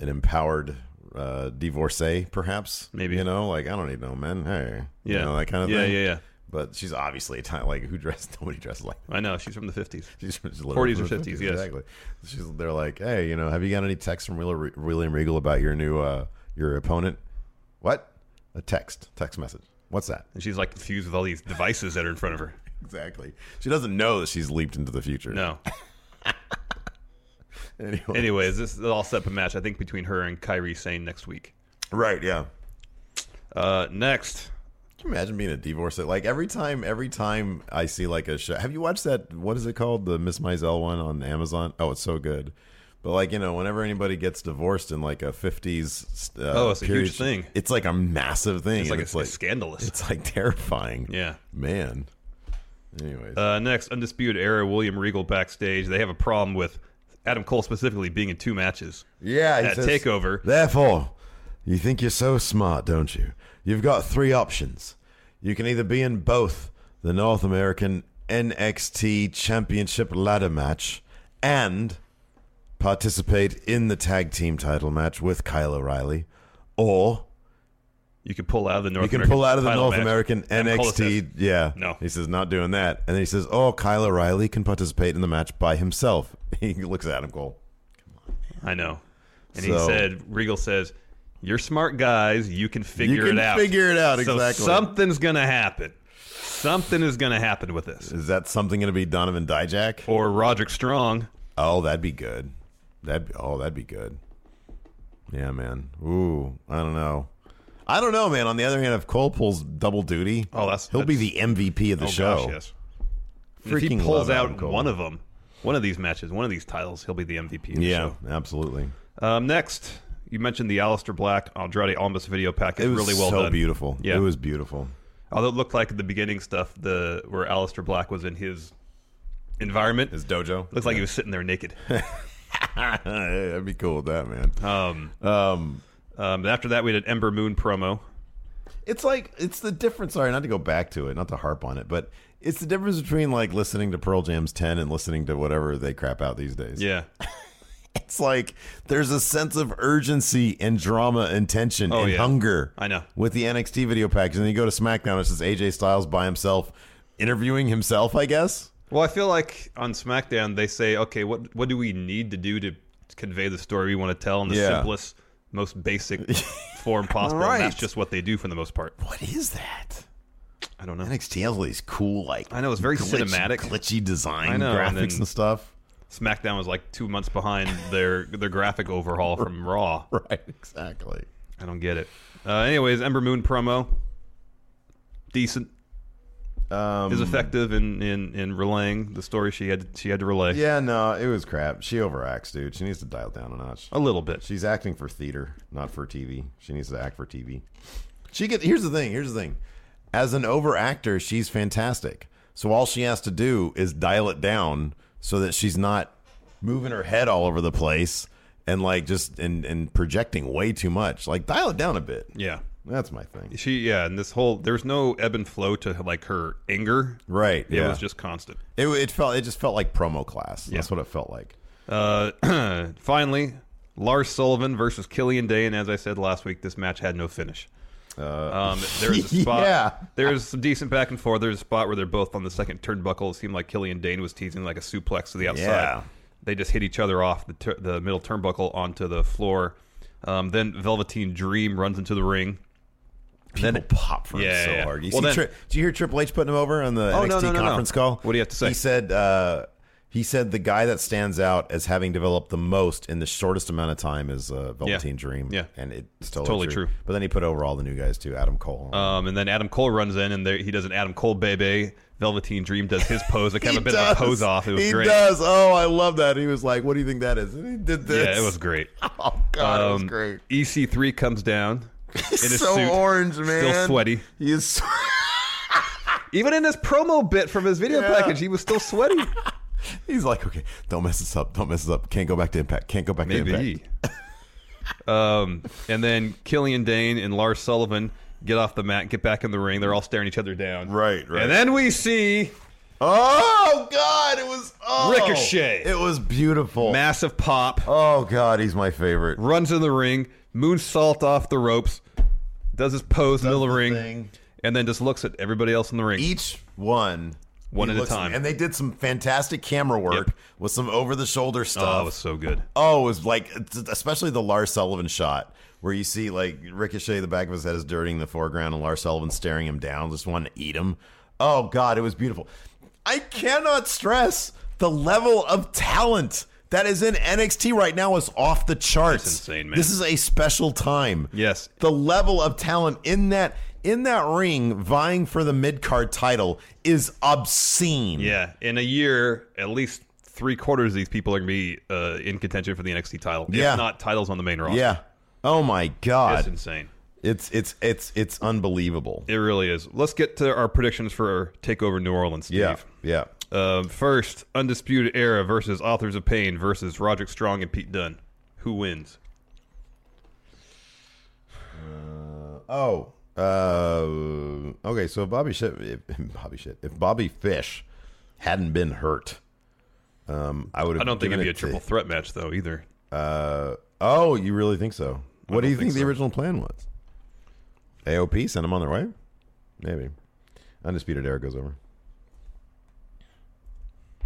[SPEAKER 3] an empowered uh, divorcee, perhaps.
[SPEAKER 4] Maybe.
[SPEAKER 3] You know, like, I don't need no men. Hey.
[SPEAKER 4] Yeah.
[SPEAKER 3] You know, that kind of
[SPEAKER 4] Yeah,
[SPEAKER 3] thing.
[SPEAKER 4] yeah, yeah.
[SPEAKER 3] But she's obviously a time, like, who dressed? Nobody dresses like
[SPEAKER 4] I know. She's from the 50s.
[SPEAKER 3] She's, she's
[SPEAKER 4] 40s or
[SPEAKER 3] literally from the
[SPEAKER 4] 50s, yes.
[SPEAKER 3] Exactly. She's, they're like, hey, you know, have you got any texts from Wheeler, William Regal about your new, uh, your opponent? What? A text, text message. What's that?
[SPEAKER 4] And she's like confused with all these devices that are in front of her.
[SPEAKER 3] Exactly. She doesn't know that she's leaped into the future.
[SPEAKER 4] No.
[SPEAKER 3] Anyway.
[SPEAKER 4] Anyways, this is all set up a match, I think, between her and Kyrie Sane next week.
[SPEAKER 3] Right, yeah.
[SPEAKER 4] Uh, next.
[SPEAKER 3] Can you imagine being a divorcee? Like every time, every time I see like a show. Have you watched that? What is it called? The Miss Maisel one on Amazon. Oh, it's so good. But like you know, whenever anybody gets divorced in like a fifties, uh,
[SPEAKER 4] Oh, it's a huge
[SPEAKER 3] period,
[SPEAKER 4] thing.
[SPEAKER 3] It's like a massive thing.
[SPEAKER 4] It's
[SPEAKER 3] and
[SPEAKER 4] like,
[SPEAKER 3] it's
[SPEAKER 4] it's,
[SPEAKER 3] like
[SPEAKER 4] scandalous.
[SPEAKER 3] it's like terrifying.
[SPEAKER 4] yeah.
[SPEAKER 3] man. Anyways,
[SPEAKER 4] Uh, next, Undisputed Era, William Regal backstage. They have a problem with Adam Cole specifically being in two matches.
[SPEAKER 3] yeah. he
[SPEAKER 4] at
[SPEAKER 3] says,
[SPEAKER 4] Takeover.
[SPEAKER 3] Therefore, you think you're so smart, don't you? You've got three options. You can either be in both the North American NXT Championship ladder match and participate in the tag team title match with Kyle O'Reilly, or
[SPEAKER 4] You can pull out of the North
[SPEAKER 3] you can
[SPEAKER 4] American
[SPEAKER 3] pull out of the
[SPEAKER 4] title
[SPEAKER 3] North
[SPEAKER 4] match.
[SPEAKER 3] American
[SPEAKER 4] Adam Cole
[SPEAKER 3] NXT.
[SPEAKER 4] says,
[SPEAKER 3] yeah.
[SPEAKER 4] No.
[SPEAKER 3] He says, not doing that. And then he says, oh, Kyle O'Reilly can participate in the match by himself. He looks at Adam Cole.
[SPEAKER 4] I know. And he
[SPEAKER 3] So-
[SPEAKER 4] said, Regal says, You're smart guys. You can figure
[SPEAKER 3] can
[SPEAKER 4] it out.
[SPEAKER 3] figure it out,
[SPEAKER 4] So
[SPEAKER 3] exactly.
[SPEAKER 4] something's gonna happen. Something is gonna happen with this.
[SPEAKER 3] Is that something going to be Donovan Dijak?
[SPEAKER 4] Or Roderick Strong.
[SPEAKER 3] Oh, that'd be good. That would oh, that'd be good. Yeah, man. Ooh, I don't know. I don't know, man. On the other hand, if Cole pulls double duty,
[SPEAKER 4] Oh, that's-
[SPEAKER 3] he'll be the
[SPEAKER 4] that's-
[SPEAKER 3] MVP of the
[SPEAKER 4] oh
[SPEAKER 3] show.
[SPEAKER 4] gosh, yes. And if he
[SPEAKER 3] Freaking
[SPEAKER 4] pulls
[SPEAKER 3] love Adam
[SPEAKER 4] out
[SPEAKER 3] Cole.
[SPEAKER 4] one of them, one of these matches, one of these titles, he'll be the MVP. Of the
[SPEAKER 3] Yeah,
[SPEAKER 4] show.
[SPEAKER 3] absolutely.
[SPEAKER 4] Um, next, you mentioned the Alistair Black Andrade Almas video package.
[SPEAKER 3] It was
[SPEAKER 4] really well
[SPEAKER 3] so
[SPEAKER 4] done.
[SPEAKER 3] beautiful.
[SPEAKER 4] Yeah.
[SPEAKER 3] It was beautiful.
[SPEAKER 4] Although it looked like at the beginning stuff, the where Alistair Black was in his environment,
[SPEAKER 3] His dojo.
[SPEAKER 4] looks like he was sitting there naked.
[SPEAKER 3] that'd be cool with that, man.
[SPEAKER 4] Um,
[SPEAKER 3] Um,
[SPEAKER 4] um, after that, we had an Ember Moon promo.
[SPEAKER 3] it's like it's the difference. Sorry, not to go back to it, not to harp on it, but it's the difference between like listening to Pearl Jam's ten and listening to whatever they crap out these days.
[SPEAKER 4] Yeah,
[SPEAKER 3] It's like there's a sense of urgency and drama and tension
[SPEAKER 4] Oh,
[SPEAKER 3] and
[SPEAKER 4] yeah.
[SPEAKER 3] hunger.
[SPEAKER 4] I know.
[SPEAKER 3] With the NXT video package, and then you go to SmackDown, it's just AJ Styles by himself interviewing himself, I guess.
[SPEAKER 4] Well, I feel like on SmackDown they say, okay, what what do we need to do to convey the story we want to tell in the
[SPEAKER 3] Yeah.
[SPEAKER 4] simplest, most basic form possible? And that's
[SPEAKER 3] Right.
[SPEAKER 4] just what they do for the most part.
[SPEAKER 3] What is that?
[SPEAKER 4] I don't know.
[SPEAKER 3] NXT has all these cool, like
[SPEAKER 4] I know, it's very
[SPEAKER 3] glitch-
[SPEAKER 4] cinematic.
[SPEAKER 3] glitchy design,
[SPEAKER 4] I know,
[SPEAKER 3] graphics
[SPEAKER 4] and
[SPEAKER 3] and,
[SPEAKER 4] then-
[SPEAKER 3] stuff.
[SPEAKER 4] SmackDown was like two months behind their their graphic overhaul from Raw.
[SPEAKER 3] Right, exactly.
[SPEAKER 4] I don't get it. Uh, anyways, Ember Moon promo, decent,
[SPEAKER 3] Um,
[SPEAKER 4] is effective in, in, in relaying the story she had she had to relay.
[SPEAKER 3] yeah, no, it was crap. She overacts, dude. She needs to dial down a notch.
[SPEAKER 4] a little bit.
[SPEAKER 3] She's acting for theater, not for TV. She needs to act for TV. She get here's the thing. Here's the thing. As an over actor, she's fantastic. So all she has to do is dial it down so that she's not moving her head all over the place and like just and and projecting way too much. Like dial it down a bit.
[SPEAKER 4] yeah,
[SPEAKER 3] That's my thing.
[SPEAKER 4] she yeah, and this whole there's no ebb and flow to like her anger.
[SPEAKER 3] Right.
[SPEAKER 4] It
[SPEAKER 3] yeah.
[SPEAKER 4] was just constant.
[SPEAKER 3] it, it felt it just felt like promo class. That's what it felt like.
[SPEAKER 4] Uh, finally, Lars Sullivan versus Killian Day, and as I said last week, this match had no finish. um, there was a spot.
[SPEAKER 3] Uh, yeah.
[SPEAKER 4] There was some decent back and forth. There's a spot where they're both on the second turnbuckle. It seemed like Killian Dane was teasing like a suplex to the outside.
[SPEAKER 3] Yeah.
[SPEAKER 4] They just hit each other off the, tur the middle turnbuckle onto the floor. Um, then Velveteen Dream runs into the ring.
[SPEAKER 3] People pop for
[SPEAKER 4] Yeah,
[SPEAKER 3] him so
[SPEAKER 4] yeah.
[SPEAKER 3] hard. You
[SPEAKER 4] Well,
[SPEAKER 3] see,
[SPEAKER 4] then-
[SPEAKER 3] Tri- did you hear Triple H putting him over on the
[SPEAKER 4] Oh,
[SPEAKER 3] NXT
[SPEAKER 4] no, no, no, no.
[SPEAKER 3] conference call?
[SPEAKER 4] What do you have to say?
[SPEAKER 3] He said uh, he said the guy that stands out as having developed the most in the shortest amount of time is uh, Velveteen Dream.
[SPEAKER 4] Yeah.
[SPEAKER 3] and it's totally,
[SPEAKER 4] totally true.
[SPEAKER 3] But then he put over all the new guys too, Adam Cole.
[SPEAKER 4] Um, and then Adam Cole runs in and there, he does an Adam Cole bebe. Velveteen Dream does his pose. Like kind
[SPEAKER 3] He
[SPEAKER 4] of a bit
[SPEAKER 3] does.
[SPEAKER 4] of a pose off. It was
[SPEAKER 3] he
[SPEAKER 4] great.
[SPEAKER 3] does. Oh, I love that. He was like, "What do you think that is?" And he did this.
[SPEAKER 4] Yeah, it was great.
[SPEAKER 3] Oh God, it was
[SPEAKER 4] Um,
[SPEAKER 3] great.
[SPEAKER 4] EC3 comes down. in his
[SPEAKER 3] so
[SPEAKER 4] suit,
[SPEAKER 3] orange, man.
[SPEAKER 4] Still sweaty.
[SPEAKER 3] He is. So-
[SPEAKER 4] Even in his promo bit from his video
[SPEAKER 3] Yeah.
[SPEAKER 4] package, he was still sweaty.
[SPEAKER 3] He's like, okay, don't mess this up. Don't mess this up. Can't go back to Impact. Can't go back to Impact.
[SPEAKER 4] Maybe. um, and then Killian Dane and Lars Sullivan get off the mat, get back in the ring. They're all staring each other down.
[SPEAKER 3] Right, right.
[SPEAKER 4] And then we see
[SPEAKER 3] Oh God, it was oh,
[SPEAKER 4] Ricochet.
[SPEAKER 3] It was beautiful.
[SPEAKER 4] massive pop,
[SPEAKER 3] oh God, he's my favorite.
[SPEAKER 4] runs in the ring, moonsault off the ropes, does his pose in the middle of the
[SPEAKER 3] the
[SPEAKER 4] ring,
[SPEAKER 3] thing.
[SPEAKER 4] and then just looks at everybody else in the ring.
[SPEAKER 3] Each one,
[SPEAKER 4] One
[SPEAKER 3] he
[SPEAKER 4] at a
[SPEAKER 3] looks-
[SPEAKER 4] time.
[SPEAKER 3] and they did some fantastic camera work
[SPEAKER 4] Yep.
[SPEAKER 3] with some over the shoulder stuff.
[SPEAKER 4] oh, it was so good.
[SPEAKER 3] Oh, it was like especially the Lars Sullivan shot where you see like Ricochet the back of his head is dirty in the foreground and Lars Sullivan staring him down, just wanting to eat him. Oh God, it was beautiful. I cannot stress the level of talent that is in NXT right now is off the charts.
[SPEAKER 4] It's insane, man.
[SPEAKER 3] This is a special time.
[SPEAKER 4] Yes.
[SPEAKER 3] The level of talent in that in that ring vying for the mid card title is obscene.
[SPEAKER 4] Yeah, in a year, at least three quarters of these people are going to be uh, in contention for the NXT title.
[SPEAKER 3] Yeah.
[SPEAKER 4] If not titles on the main roster.
[SPEAKER 3] Yeah. Oh my
[SPEAKER 4] It's
[SPEAKER 3] God.
[SPEAKER 4] insane.
[SPEAKER 3] It's it's it's it's unbelievable.
[SPEAKER 4] It really is. Let's get to our predictions for Takeover New Orleans, Steve.
[SPEAKER 3] Yeah, yeah.
[SPEAKER 4] Um, first, Undisputed Era versus Authors of Pain versus Roderick Strong and Pete Dunne. Who wins?
[SPEAKER 3] Oh, uh, okay. So if Bobby shit, if, Bobby shit. If Bobby Fish hadn't been hurt, um, I would. have
[SPEAKER 4] I don't think
[SPEAKER 3] given
[SPEAKER 4] it'd be a
[SPEAKER 3] it
[SPEAKER 4] triple
[SPEAKER 3] To,
[SPEAKER 4] threat match though either.
[SPEAKER 3] uh, oh, you really think so? What do
[SPEAKER 4] don't
[SPEAKER 3] you think,
[SPEAKER 4] think
[SPEAKER 3] the
[SPEAKER 4] so.
[SPEAKER 3] original plan was? AOP sent them on their way. Maybe undisputed era goes over.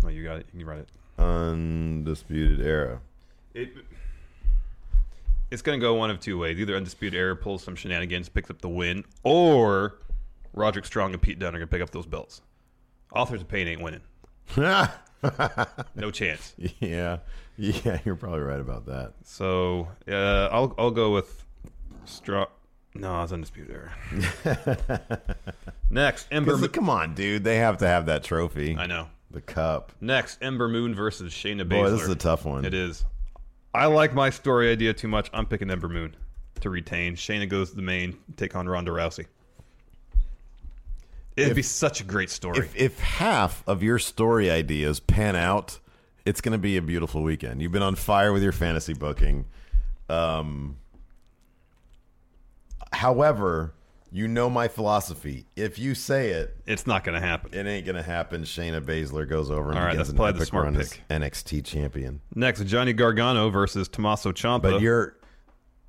[SPEAKER 4] No, you got it. You can write it.
[SPEAKER 3] Undisputed era.
[SPEAKER 4] It it's going to go one of two ways. Either Undisputed Era pulls some shenanigans, picks up the win, or Roderick Strong and Pete Dunne are going to pick up those belts. Authors of Pain ain't winning. No chance.
[SPEAKER 3] yeah, yeah, you're probably right about that.
[SPEAKER 4] So uh, I'll I'll go with Strong. No, it's Undisputed Era. Next, Ember.
[SPEAKER 3] 'Cause, come on, dude, they have to have that trophy,
[SPEAKER 4] I know.
[SPEAKER 3] the cup.
[SPEAKER 4] Next, Ember Moon versus Shayna Baszler.
[SPEAKER 3] Boy, this is a tough one.
[SPEAKER 4] It is. I like my story idea too much. I'm picking Ember Moon to retain. Shayna goes to the main, take on Ronda Rousey. It'd be such a great story.
[SPEAKER 3] If if half of your story ideas pan out, it's going to be a beautiful weekend. You've been on fire with your fantasy booking. Um, however, you know my philosophy. If you say it,
[SPEAKER 4] it's not going to happen.
[SPEAKER 3] it ain't going to happen. Shayna Baszler goes over and
[SPEAKER 4] All right,
[SPEAKER 3] begins
[SPEAKER 4] that's
[SPEAKER 3] an
[SPEAKER 4] probably the
[SPEAKER 3] epic
[SPEAKER 4] smart
[SPEAKER 3] run as
[SPEAKER 4] pick.
[SPEAKER 3] NXT champion.
[SPEAKER 4] Next, Johnny Gargano versus Tommaso Ciampa.
[SPEAKER 3] But your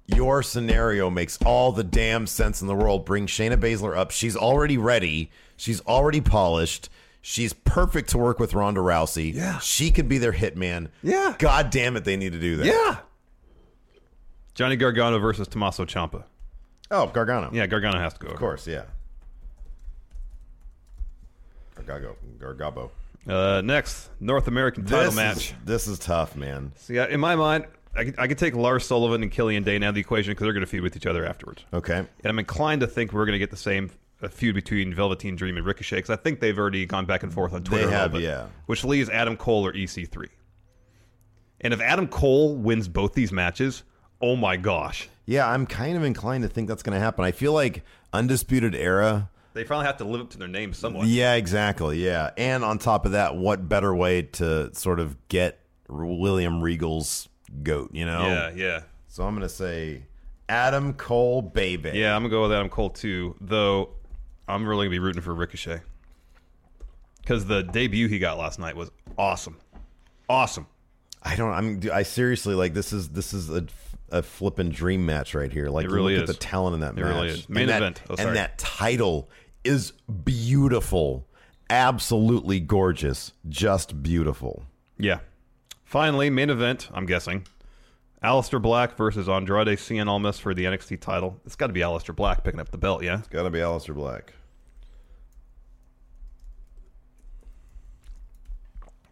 [SPEAKER 3] your scenario makes all the damn sense in the world. Bring Shayna Baszler up. She's already ready. She's already polished. She's perfect to work with Ronda Rousey.
[SPEAKER 4] Yeah.
[SPEAKER 3] She could be their hitman.
[SPEAKER 4] Yeah.
[SPEAKER 3] God damn it, they need to do that.
[SPEAKER 4] yeah. Johnny Gargano versus Tommaso Ciampa.
[SPEAKER 3] Oh, Gargano.
[SPEAKER 4] Yeah, Gargano has to go.
[SPEAKER 3] Of course, yeah. Gargago. Gargabo.
[SPEAKER 4] Uh, next, North American title
[SPEAKER 3] This
[SPEAKER 4] match.
[SPEAKER 3] Is, this is tough, man.
[SPEAKER 4] See, I- in my mind, I could, I could take Lars Sullivan and Killian Dane out of the equation because they're going to feud with each other afterwards.
[SPEAKER 3] Okay.
[SPEAKER 4] And I'm inclined to think we're going to get the same uh, feud between Velveteen Dream and Ricochet because I think they've already gone back and forth on Twitter. a little
[SPEAKER 3] have,
[SPEAKER 4] bit,
[SPEAKER 3] yeah.
[SPEAKER 4] Which leaves Adam Cole or EC3. And if Adam Cole wins both these matches, oh my gosh.
[SPEAKER 3] Yeah, I'm kind of inclined to think that's going to happen. I feel like Undisputed Era
[SPEAKER 4] They finally have to live up to their name somewhat.
[SPEAKER 3] Yeah, exactly. Yeah. And on top of that, what better way to sort of get R- William Regal's goat, you know?
[SPEAKER 4] Yeah, yeah.
[SPEAKER 3] So I'm going to say Adam Cole, baby.
[SPEAKER 4] Yeah, I'm going to go with Adam Cole too, though I'm really going to be rooting for Ricochet. Because the debut he got last night was awesome. Awesome.
[SPEAKER 3] I don't, I'm, dude, I seriously, like, this is, this is a, f- a flippin' dream match right here. Like,
[SPEAKER 4] It really
[SPEAKER 3] look
[SPEAKER 4] is.
[SPEAKER 3] at the talent in that
[SPEAKER 4] It
[SPEAKER 3] match.
[SPEAKER 4] really is. Main
[SPEAKER 3] and that,
[SPEAKER 4] event. Oh, sorry.
[SPEAKER 3] and that title is beautiful. Absolutely gorgeous. Just beautiful.
[SPEAKER 4] Yeah. Finally, main event, I'm guessing. Alistair Black versus Andrade Cien Almas for the NXT title. It's got to be Alistair Black picking up the belt, yeah?
[SPEAKER 3] Gotta be Alistair Black.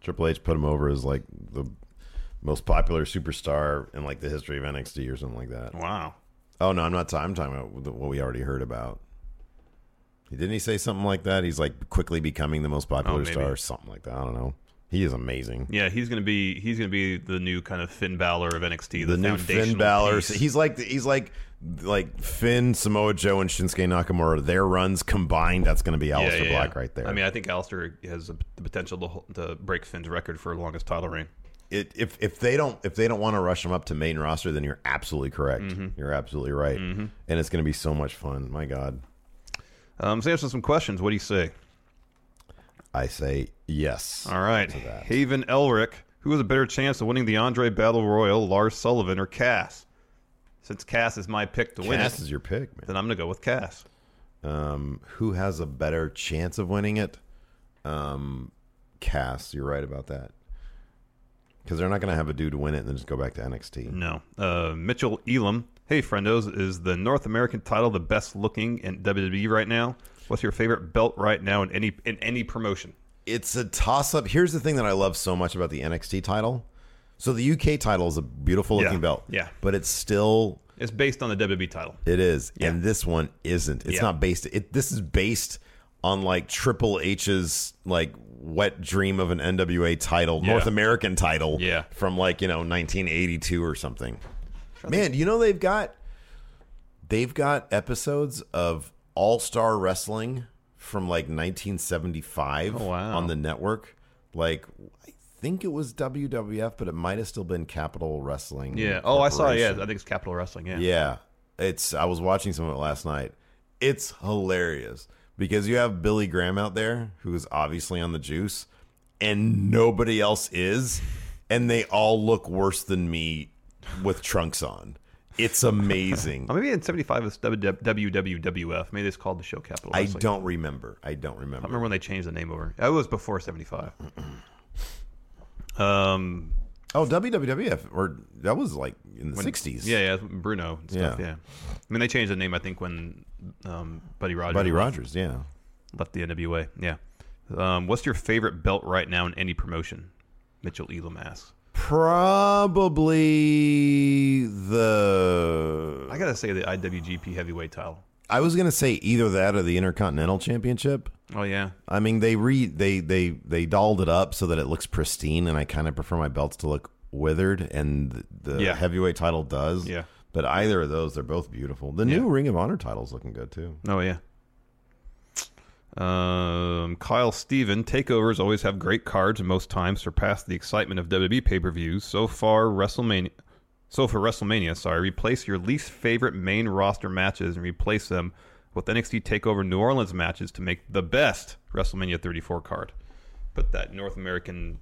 [SPEAKER 3] Triple H put him over as like the most popular superstar in like the history of NXT or something like that.
[SPEAKER 4] Wow.
[SPEAKER 3] Oh no, I'm not. ta- I'm talking about th- what we already heard about. Didn't he say something like that? He's like quickly becoming the most popular
[SPEAKER 4] Oh, maybe.
[SPEAKER 3] star or something like that. I don't know. He is amazing.
[SPEAKER 4] Yeah, he's gonna be he's gonna be the new kind of Finn Balor of NXT. The,
[SPEAKER 3] the new Finn
[SPEAKER 4] foundational
[SPEAKER 3] Balor.
[SPEAKER 4] piece.
[SPEAKER 3] He's like he's like like Finn, Samoa Joe, and Shinsuke Nakamura. Their runs combined, that's going to be
[SPEAKER 4] Yeah,
[SPEAKER 3] Alistair
[SPEAKER 4] yeah, yeah.
[SPEAKER 3] Black right there.
[SPEAKER 4] I mean, I think Alistair has the potential to, hol- to break Finn's record for longest title reign.
[SPEAKER 3] it, if if they don't if they don't want to rush him up to main roster, then you're absolutely correct.
[SPEAKER 4] Mm-hmm.
[SPEAKER 3] You're absolutely right, and it's going to be so much fun. My God,
[SPEAKER 4] Um, so answer some questions. What do you say?
[SPEAKER 3] I say yes.
[SPEAKER 4] All right, Haven Elric. Who has a better chance of winning the Andre Battle Royal, Lars Sullivan or Cass? Since Cass is my pick to win, it,
[SPEAKER 3] Cass is your pick, man.
[SPEAKER 4] then I'm gonna go with Cass.
[SPEAKER 3] Um, who has a better chance of winning it? Um, Cass, you're right about that. Because they're not going to have a dude win it and then just go back to NXT.
[SPEAKER 4] No. Uh, Mitchell Elam. Hey, friendos, is the North American title the best looking in WWE right now? What's your favorite belt right now in any in any promotion?
[SPEAKER 3] it's a toss up. Here's the thing that I love so much about the NXT title. So the UK title is a beautiful looking
[SPEAKER 4] Yeah,
[SPEAKER 3] belt.
[SPEAKER 4] yeah.
[SPEAKER 3] But it's still
[SPEAKER 4] It's based on the WWE title.
[SPEAKER 3] it is.
[SPEAKER 4] Yeah.
[SPEAKER 3] And this one isn't. It's
[SPEAKER 4] Yeah.
[SPEAKER 3] not based it this is based on like Triple H's like wet dream of an NWA title, North American title
[SPEAKER 4] Yeah.
[SPEAKER 3] from like, you know, 1982 or something. Man, do you know they've got they've got episodes of All Star Wrestling from like 1975
[SPEAKER 4] Oh, wow.
[SPEAKER 3] on the network. Like, I think it was WWF, but it might have still been Capital Wrestling.
[SPEAKER 4] Yeah. Oh, I saw. Yeah, I
[SPEAKER 3] Corporation.
[SPEAKER 4] think it's Capital Wrestling. Yeah.
[SPEAKER 3] Mm, Yeah. It's I was watching some of it last night. It's hilarious because you have Billy Graham out there who is obviously on the juice and nobody else is and they all look worse than me with trunks on. It's amazing.
[SPEAKER 4] Or maybe in '75 it's E, WWWF. Maybe it's called the show Capital
[SPEAKER 3] I
[SPEAKER 4] Wrestling.
[SPEAKER 3] don't remember. I don't
[SPEAKER 4] I
[SPEAKER 3] remember.
[SPEAKER 4] remember when they changed the name over. It was before '75. um,
[SPEAKER 3] Oh, WWF, or that was like in the '60s.
[SPEAKER 4] Yeah, yeah, Bruno and stuff.
[SPEAKER 3] Yeah.
[SPEAKER 4] Yeah. I mean they changed the name I think when um, Buddy Rogers
[SPEAKER 3] Buddy Rogers. Yeah.
[SPEAKER 4] left the NWA. Yeah. Um, what's your favorite belt right now in any promotion? Mitchell Elam asks.
[SPEAKER 3] Probably the.
[SPEAKER 4] I gotta say the IWGP Heavyweight title.
[SPEAKER 3] I was gonna say either that or the Intercontinental Championship.
[SPEAKER 4] Oh yeah,
[SPEAKER 3] I mean, they re they they they dolled it up so that it looks pristine, and I kind of prefer my belts to look withered, and the
[SPEAKER 4] Yeah.
[SPEAKER 3] heavyweight title does.
[SPEAKER 4] Yeah.
[SPEAKER 3] But either of those, they're both beautiful. The new
[SPEAKER 4] Yeah.
[SPEAKER 3] Ring of Honor title's looking good too.
[SPEAKER 4] oh yeah. Um, Kyle Steven takeovers always have great cards and most times surpass the excitement of WWE pay per views. So far, WrestleMania. So for WrestleMania, sorry, replace your least favorite main roster matches and replace them with NXT Takeover New Orleans matches to make the best WrestleMania 34 card. Put that North American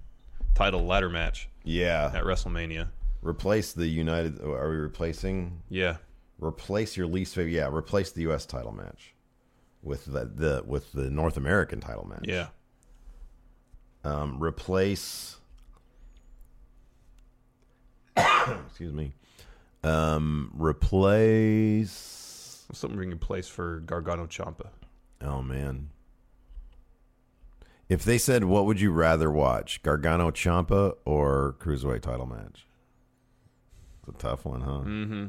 [SPEAKER 4] title ladder match
[SPEAKER 3] Yeah.
[SPEAKER 4] at WrestleMania.
[SPEAKER 3] Replace the United. Are we replacing?
[SPEAKER 4] Yeah,
[SPEAKER 3] Replace your least favorite. Yeah. Replace the U.S. title match with the, the with the North American title match.
[SPEAKER 4] yeah.
[SPEAKER 3] um, replace. excuse me. Um, replace.
[SPEAKER 4] Something we can place for Gargano Champa.
[SPEAKER 3] Oh man. If they said, "What would you rather watch, Gargano Champa or Cruiserweight title match?" It's a tough one, huh?
[SPEAKER 4] Mm.
[SPEAKER 3] Mm-hmm.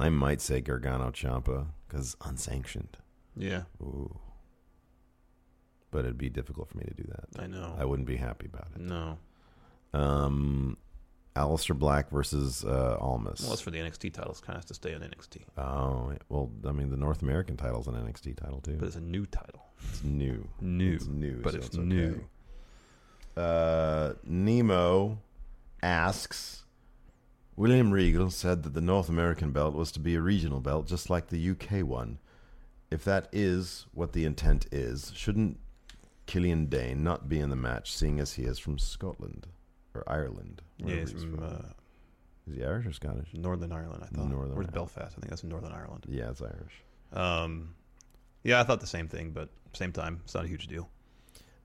[SPEAKER 3] I might say Gargano Champa because unsanctioned,
[SPEAKER 4] Yeah,
[SPEAKER 3] but it'd be difficult for me to do that.
[SPEAKER 4] I know.
[SPEAKER 3] I wouldn't be happy about it.
[SPEAKER 4] no.
[SPEAKER 3] Um, Alistair Black versus uh, Almas.
[SPEAKER 4] Well, that's for the NXT titles. Kind of has to stay on NXT,
[SPEAKER 3] oh, well, I mean, the North American title's an NXT title too.
[SPEAKER 4] but it's a new title.
[SPEAKER 3] it's new,
[SPEAKER 4] New,
[SPEAKER 3] it's new,
[SPEAKER 4] but
[SPEAKER 3] so
[SPEAKER 4] it's,
[SPEAKER 3] okay.
[SPEAKER 4] new.
[SPEAKER 3] Uh, Nemo asks. William Regal said that the North American belt was to be a regional belt, just like the UK one. If that is what the intent is, shouldn't Killian Dane not be in the match, seeing as he is from Scotland or Ireland?
[SPEAKER 4] Yeah,
[SPEAKER 3] wherever
[SPEAKER 4] it's
[SPEAKER 3] he's
[SPEAKER 4] from uh,
[SPEAKER 3] Is he Irish or Scottish?
[SPEAKER 4] Northern Ireland. I thought.
[SPEAKER 3] Northern
[SPEAKER 4] Where's
[SPEAKER 3] Ireland.
[SPEAKER 4] Belfast? I think that's in Northern Ireland.
[SPEAKER 3] Yeah, it's Irish.
[SPEAKER 4] Um, yeah, I thought the same thing, but same time, it's not a huge deal.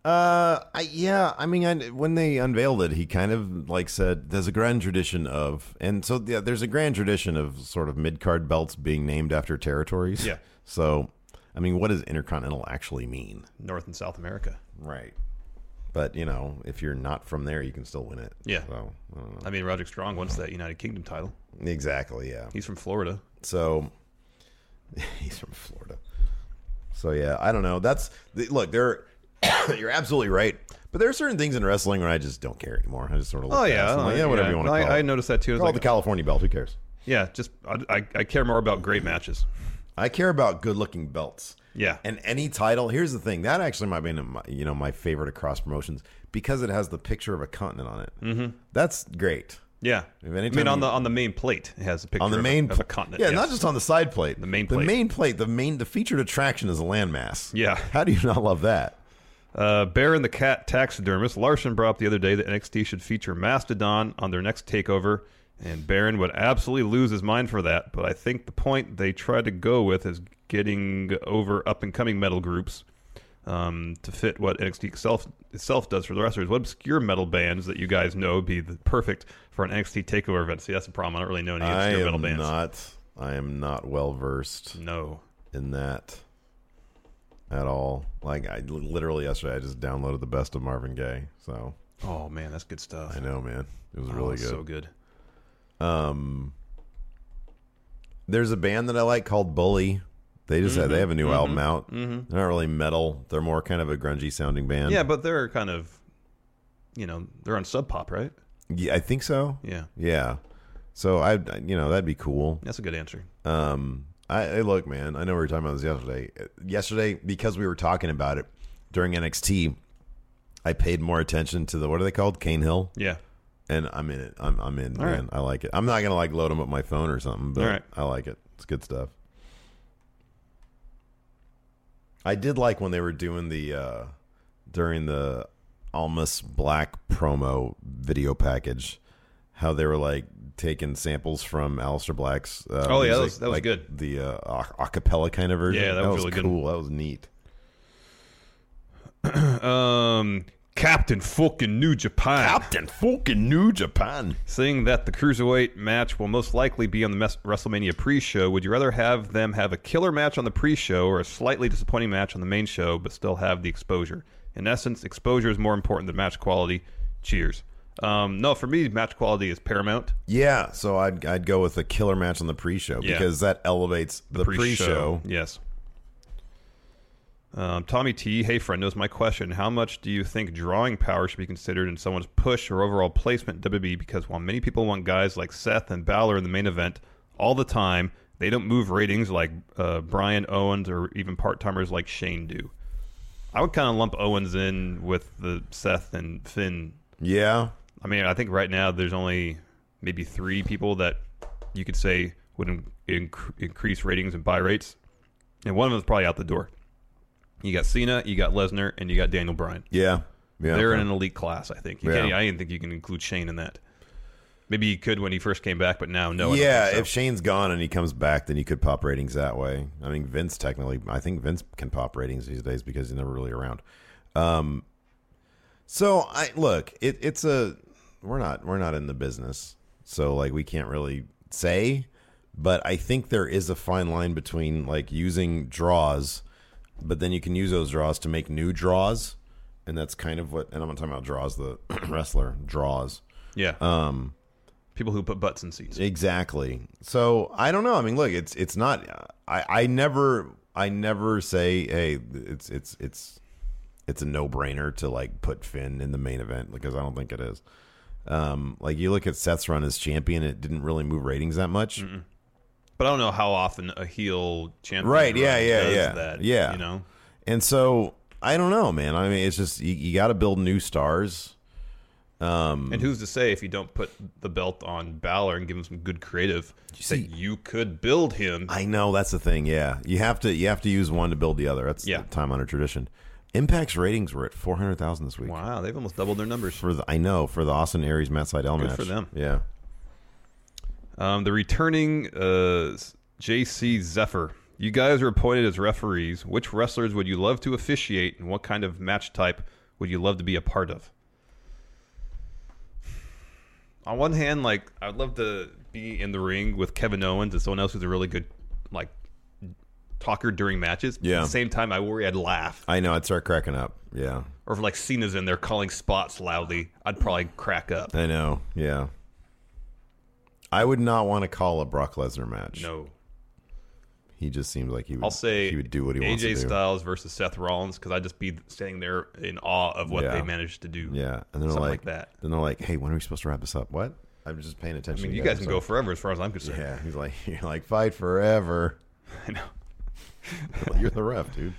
[SPEAKER 3] Uh, I, yeah. I mean, I, when they unveiled it, he kind of like said, "There's a grand tradition of," and so yeah, there's a grand tradition of sort of mid card belts being named after territories.
[SPEAKER 4] Yeah.
[SPEAKER 3] So, I mean, what does intercontinental actually mean?
[SPEAKER 4] North and South America.
[SPEAKER 3] Right. But you know, if you're not from there, you can still win it.
[SPEAKER 4] Yeah.
[SPEAKER 3] So uh, I don't know.
[SPEAKER 4] I mean, Roderick Strong wants that United Kingdom title.
[SPEAKER 3] Exactly. Yeah.
[SPEAKER 4] He's from Florida.
[SPEAKER 3] So he's from Florida. So yeah, I don't know. That's the, look. There, you're absolutely right. But there are certain things in wrestling where I just don't care anymore. I just sort of look
[SPEAKER 4] Oh,
[SPEAKER 3] past
[SPEAKER 4] yeah,
[SPEAKER 3] them,
[SPEAKER 4] I-
[SPEAKER 3] like, yeah, whatever
[SPEAKER 4] yeah.
[SPEAKER 3] you want to
[SPEAKER 4] I-
[SPEAKER 3] call
[SPEAKER 4] I
[SPEAKER 3] it.
[SPEAKER 4] noticed that too. It's
[SPEAKER 3] Call
[SPEAKER 4] like-
[SPEAKER 3] it the California belt. Who cares?
[SPEAKER 4] Yeah, just I, I, I care more about great matches.
[SPEAKER 3] I care about good looking belts.
[SPEAKER 4] Yeah.
[SPEAKER 3] And any title. Here's the thing. That actually might be my, you know my favorite across promotions because it has the picture of a continent on it. Mm-hmm. That's great.
[SPEAKER 4] Yeah,
[SPEAKER 3] If
[SPEAKER 4] I
[SPEAKER 3] anytime
[SPEAKER 4] mean on
[SPEAKER 3] you-
[SPEAKER 4] the on the main plate it has a picture
[SPEAKER 3] on the
[SPEAKER 4] of
[SPEAKER 3] main
[SPEAKER 4] a, of a
[SPEAKER 3] pl-
[SPEAKER 4] continent.
[SPEAKER 3] Yeah,
[SPEAKER 4] yes.
[SPEAKER 3] not just on the side plate.
[SPEAKER 4] The main
[SPEAKER 3] The
[SPEAKER 4] plate.
[SPEAKER 3] main plate. The main. The featured attraction is a landmass.
[SPEAKER 4] Yeah.
[SPEAKER 3] How do you not love that?
[SPEAKER 4] Uh, Bear and the Cat Taxidermist. Larson brought up the other day that NXT should feature Mastodon on their next takeover, and Baron would absolutely lose his mind for that. But I think the point they tried to go with is getting over up and coming metal groups um, to fit what NXT itself, itself does for the wrestlers. What obscure metal bands that you guys know would be the perfect for an NXT takeover event? See, that's the problem. I don't really know any
[SPEAKER 3] I
[SPEAKER 4] obscure metal
[SPEAKER 3] am
[SPEAKER 4] bands.
[SPEAKER 3] not. I am not well versed
[SPEAKER 4] No.
[SPEAKER 3] in that at all. Like I literally yesterday, I just downloaded the best of Marvin Gaye. So
[SPEAKER 4] Oh man, that's good stuff.
[SPEAKER 3] I know, man, it was
[SPEAKER 4] Oh,
[SPEAKER 3] really
[SPEAKER 4] it's
[SPEAKER 3] good.
[SPEAKER 4] So good.
[SPEAKER 3] There's a band that I like called Bully. They just
[SPEAKER 4] Mm-hmm.
[SPEAKER 3] they have a new album out. They're not really metal. They're more kind of a grungy sounding band.
[SPEAKER 4] Yeah, but they're kind of, you know, they're on Sub Pop, right?
[SPEAKER 3] yeah, I think so.
[SPEAKER 4] Yeah.
[SPEAKER 3] yeah. So I, you know, that'd be cool.
[SPEAKER 4] That's a good answer.
[SPEAKER 3] Um, I, I look, man. I know we were talking about this yesterday. Yesterday, because we were talking about it during NXT, I paid more attention to the what are they called, Cane Hill,
[SPEAKER 4] Yeah.
[SPEAKER 3] and I'm in it. I'm, I'm in,
[SPEAKER 4] All
[SPEAKER 3] man.
[SPEAKER 4] right.
[SPEAKER 3] I like it. I'm not gonna like load them up my phone or something, but
[SPEAKER 4] All right.
[SPEAKER 3] I like it. It's good stuff. I did like when they were doing the uh during the Almas Black promo video package. How they were like taking samples from Alistair Black's. Uh,
[SPEAKER 4] Oh, yeah, that
[SPEAKER 3] music,
[SPEAKER 4] was- that was
[SPEAKER 3] like
[SPEAKER 4] good.
[SPEAKER 3] The uh, a- acapella kind of version.
[SPEAKER 4] Yeah, that was really good.
[SPEAKER 3] cool. That was neat.
[SPEAKER 4] Um, Captain fucking New Japan.
[SPEAKER 1] Captain fucking New Japan.
[SPEAKER 4] Saying that the cruiserweight match will most likely be on the mes- WrestleMania pre-show, would you rather have them have a killer match on the pre-show or a slightly disappointing match on the main show, but still have the exposure? In essence, exposure is more important than match quality. Cheers. Um, no, for me, match quality is paramount.
[SPEAKER 3] Yeah, so I'd I'd go with a killer match on the pre-show
[SPEAKER 4] Yeah.
[SPEAKER 3] because that elevates the, pre-show.
[SPEAKER 4] Yes. Um, Tommy T, hey friend, knows my question. How much do you think drawing power should be considered in someone's push or overall placement in WWE? Because while many people want guys like Seth and Balor in the main event all the time, they don't move ratings like uh, Brian Owens or even part timers like Shane do. I would kind of lump Owens in with the Seth and Finn.
[SPEAKER 3] Yeah,
[SPEAKER 4] I mean, I think right now there's only maybe three people that you could say would in- inc- increase ratings and buy rates and one of them's probably out the door. You got Cena, you got Lesnar, and you got Daniel Bryan.
[SPEAKER 3] yeah, yeah.
[SPEAKER 4] They're in an elite class, I think. You
[SPEAKER 3] Yeah.
[SPEAKER 4] can't, I didn't think you can include Shane in that. Maybe you could when he first came back, but now no. I don't
[SPEAKER 3] yeah,
[SPEAKER 4] think so.
[SPEAKER 3] if Shane's gone and he comes back, then you could pop ratings that way. I mean, Vince technically, I think Vince can pop ratings these days because he's never really around. Um, so I look, it, it's a we're not we're not in the business, so like we can't really say, but I think there is a fine line between like using draws, but then you can use those draws to make new draws, and that's kind of what. And I'm not talking about draws, the wrestler draws.
[SPEAKER 4] yeah, um, people who put butts in seats.
[SPEAKER 3] Exactly. So I don't know. I mean, look, it's it's not. I I never I never say hey, it's it's it's it's a no brainer to like put Finn in the main event because I don't think it is. Um, like you look at Seth's run as champion, it didn't really move ratings that much.
[SPEAKER 4] But I don't know how often a heel champion
[SPEAKER 3] Right, yeah,
[SPEAKER 4] really
[SPEAKER 3] yeah,
[SPEAKER 4] does
[SPEAKER 3] yeah.
[SPEAKER 4] that,
[SPEAKER 3] Yeah.
[SPEAKER 4] You know,
[SPEAKER 3] And so I don't know, man. I mean, it's just you, you got to build new stars.
[SPEAKER 4] and who's to say if you don't put the belt on Balor and give him some good creative
[SPEAKER 3] see-
[SPEAKER 4] that you could build him?
[SPEAKER 3] I know that's the thing. Yeah, you have to you have to use one to build the other. That's
[SPEAKER 4] Yeah.
[SPEAKER 3] time honored tradition. Impact's ratings were at four hundred thousand this week.
[SPEAKER 4] wow, they've almost doubled their numbers.
[SPEAKER 3] for the I know for the Austin Aries Matt Seidel
[SPEAKER 4] Good
[SPEAKER 3] match.
[SPEAKER 4] for them.
[SPEAKER 3] Yeah.
[SPEAKER 4] Um, the returning uh, JC Zephyr. You guys are appointed as referees. Which wrestlers would you love to officiate, and what kind of match type would you love to be a part of? On one hand, like I'd love to be in the ring with Kevin Owens and someone else who's a really good like talker during matches. But
[SPEAKER 3] Yeah.
[SPEAKER 4] At the same time, I worry I'd laugh,
[SPEAKER 3] I know. I'd start cracking up. Yeah.
[SPEAKER 4] or if like Cena's in there calling spots loudly, I'd probably crack up.
[SPEAKER 3] I know. Yeah. I would not want to call a Brock Lesnar match.
[SPEAKER 4] No.
[SPEAKER 3] He just seems like he would
[SPEAKER 4] I'll say
[SPEAKER 3] he would do what he
[SPEAKER 4] AJ
[SPEAKER 3] wants to do.
[SPEAKER 4] Styles versus Seth Rollins because I'd just be standing there in awe of what
[SPEAKER 3] Yeah.
[SPEAKER 4] they managed to do.
[SPEAKER 3] Yeah. And they're
[SPEAKER 4] Something
[SPEAKER 3] like,
[SPEAKER 4] like that.
[SPEAKER 3] Then they're like, Hey, when are we supposed to wrap this up? What? I'm just paying
[SPEAKER 4] I
[SPEAKER 3] attention.
[SPEAKER 4] mean,
[SPEAKER 3] to
[SPEAKER 4] you guys can
[SPEAKER 3] so-
[SPEAKER 4] go forever as far as I'm concerned.
[SPEAKER 3] Yeah. He's like you're like, fight forever.
[SPEAKER 4] I know.
[SPEAKER 3] You're the ref, dude.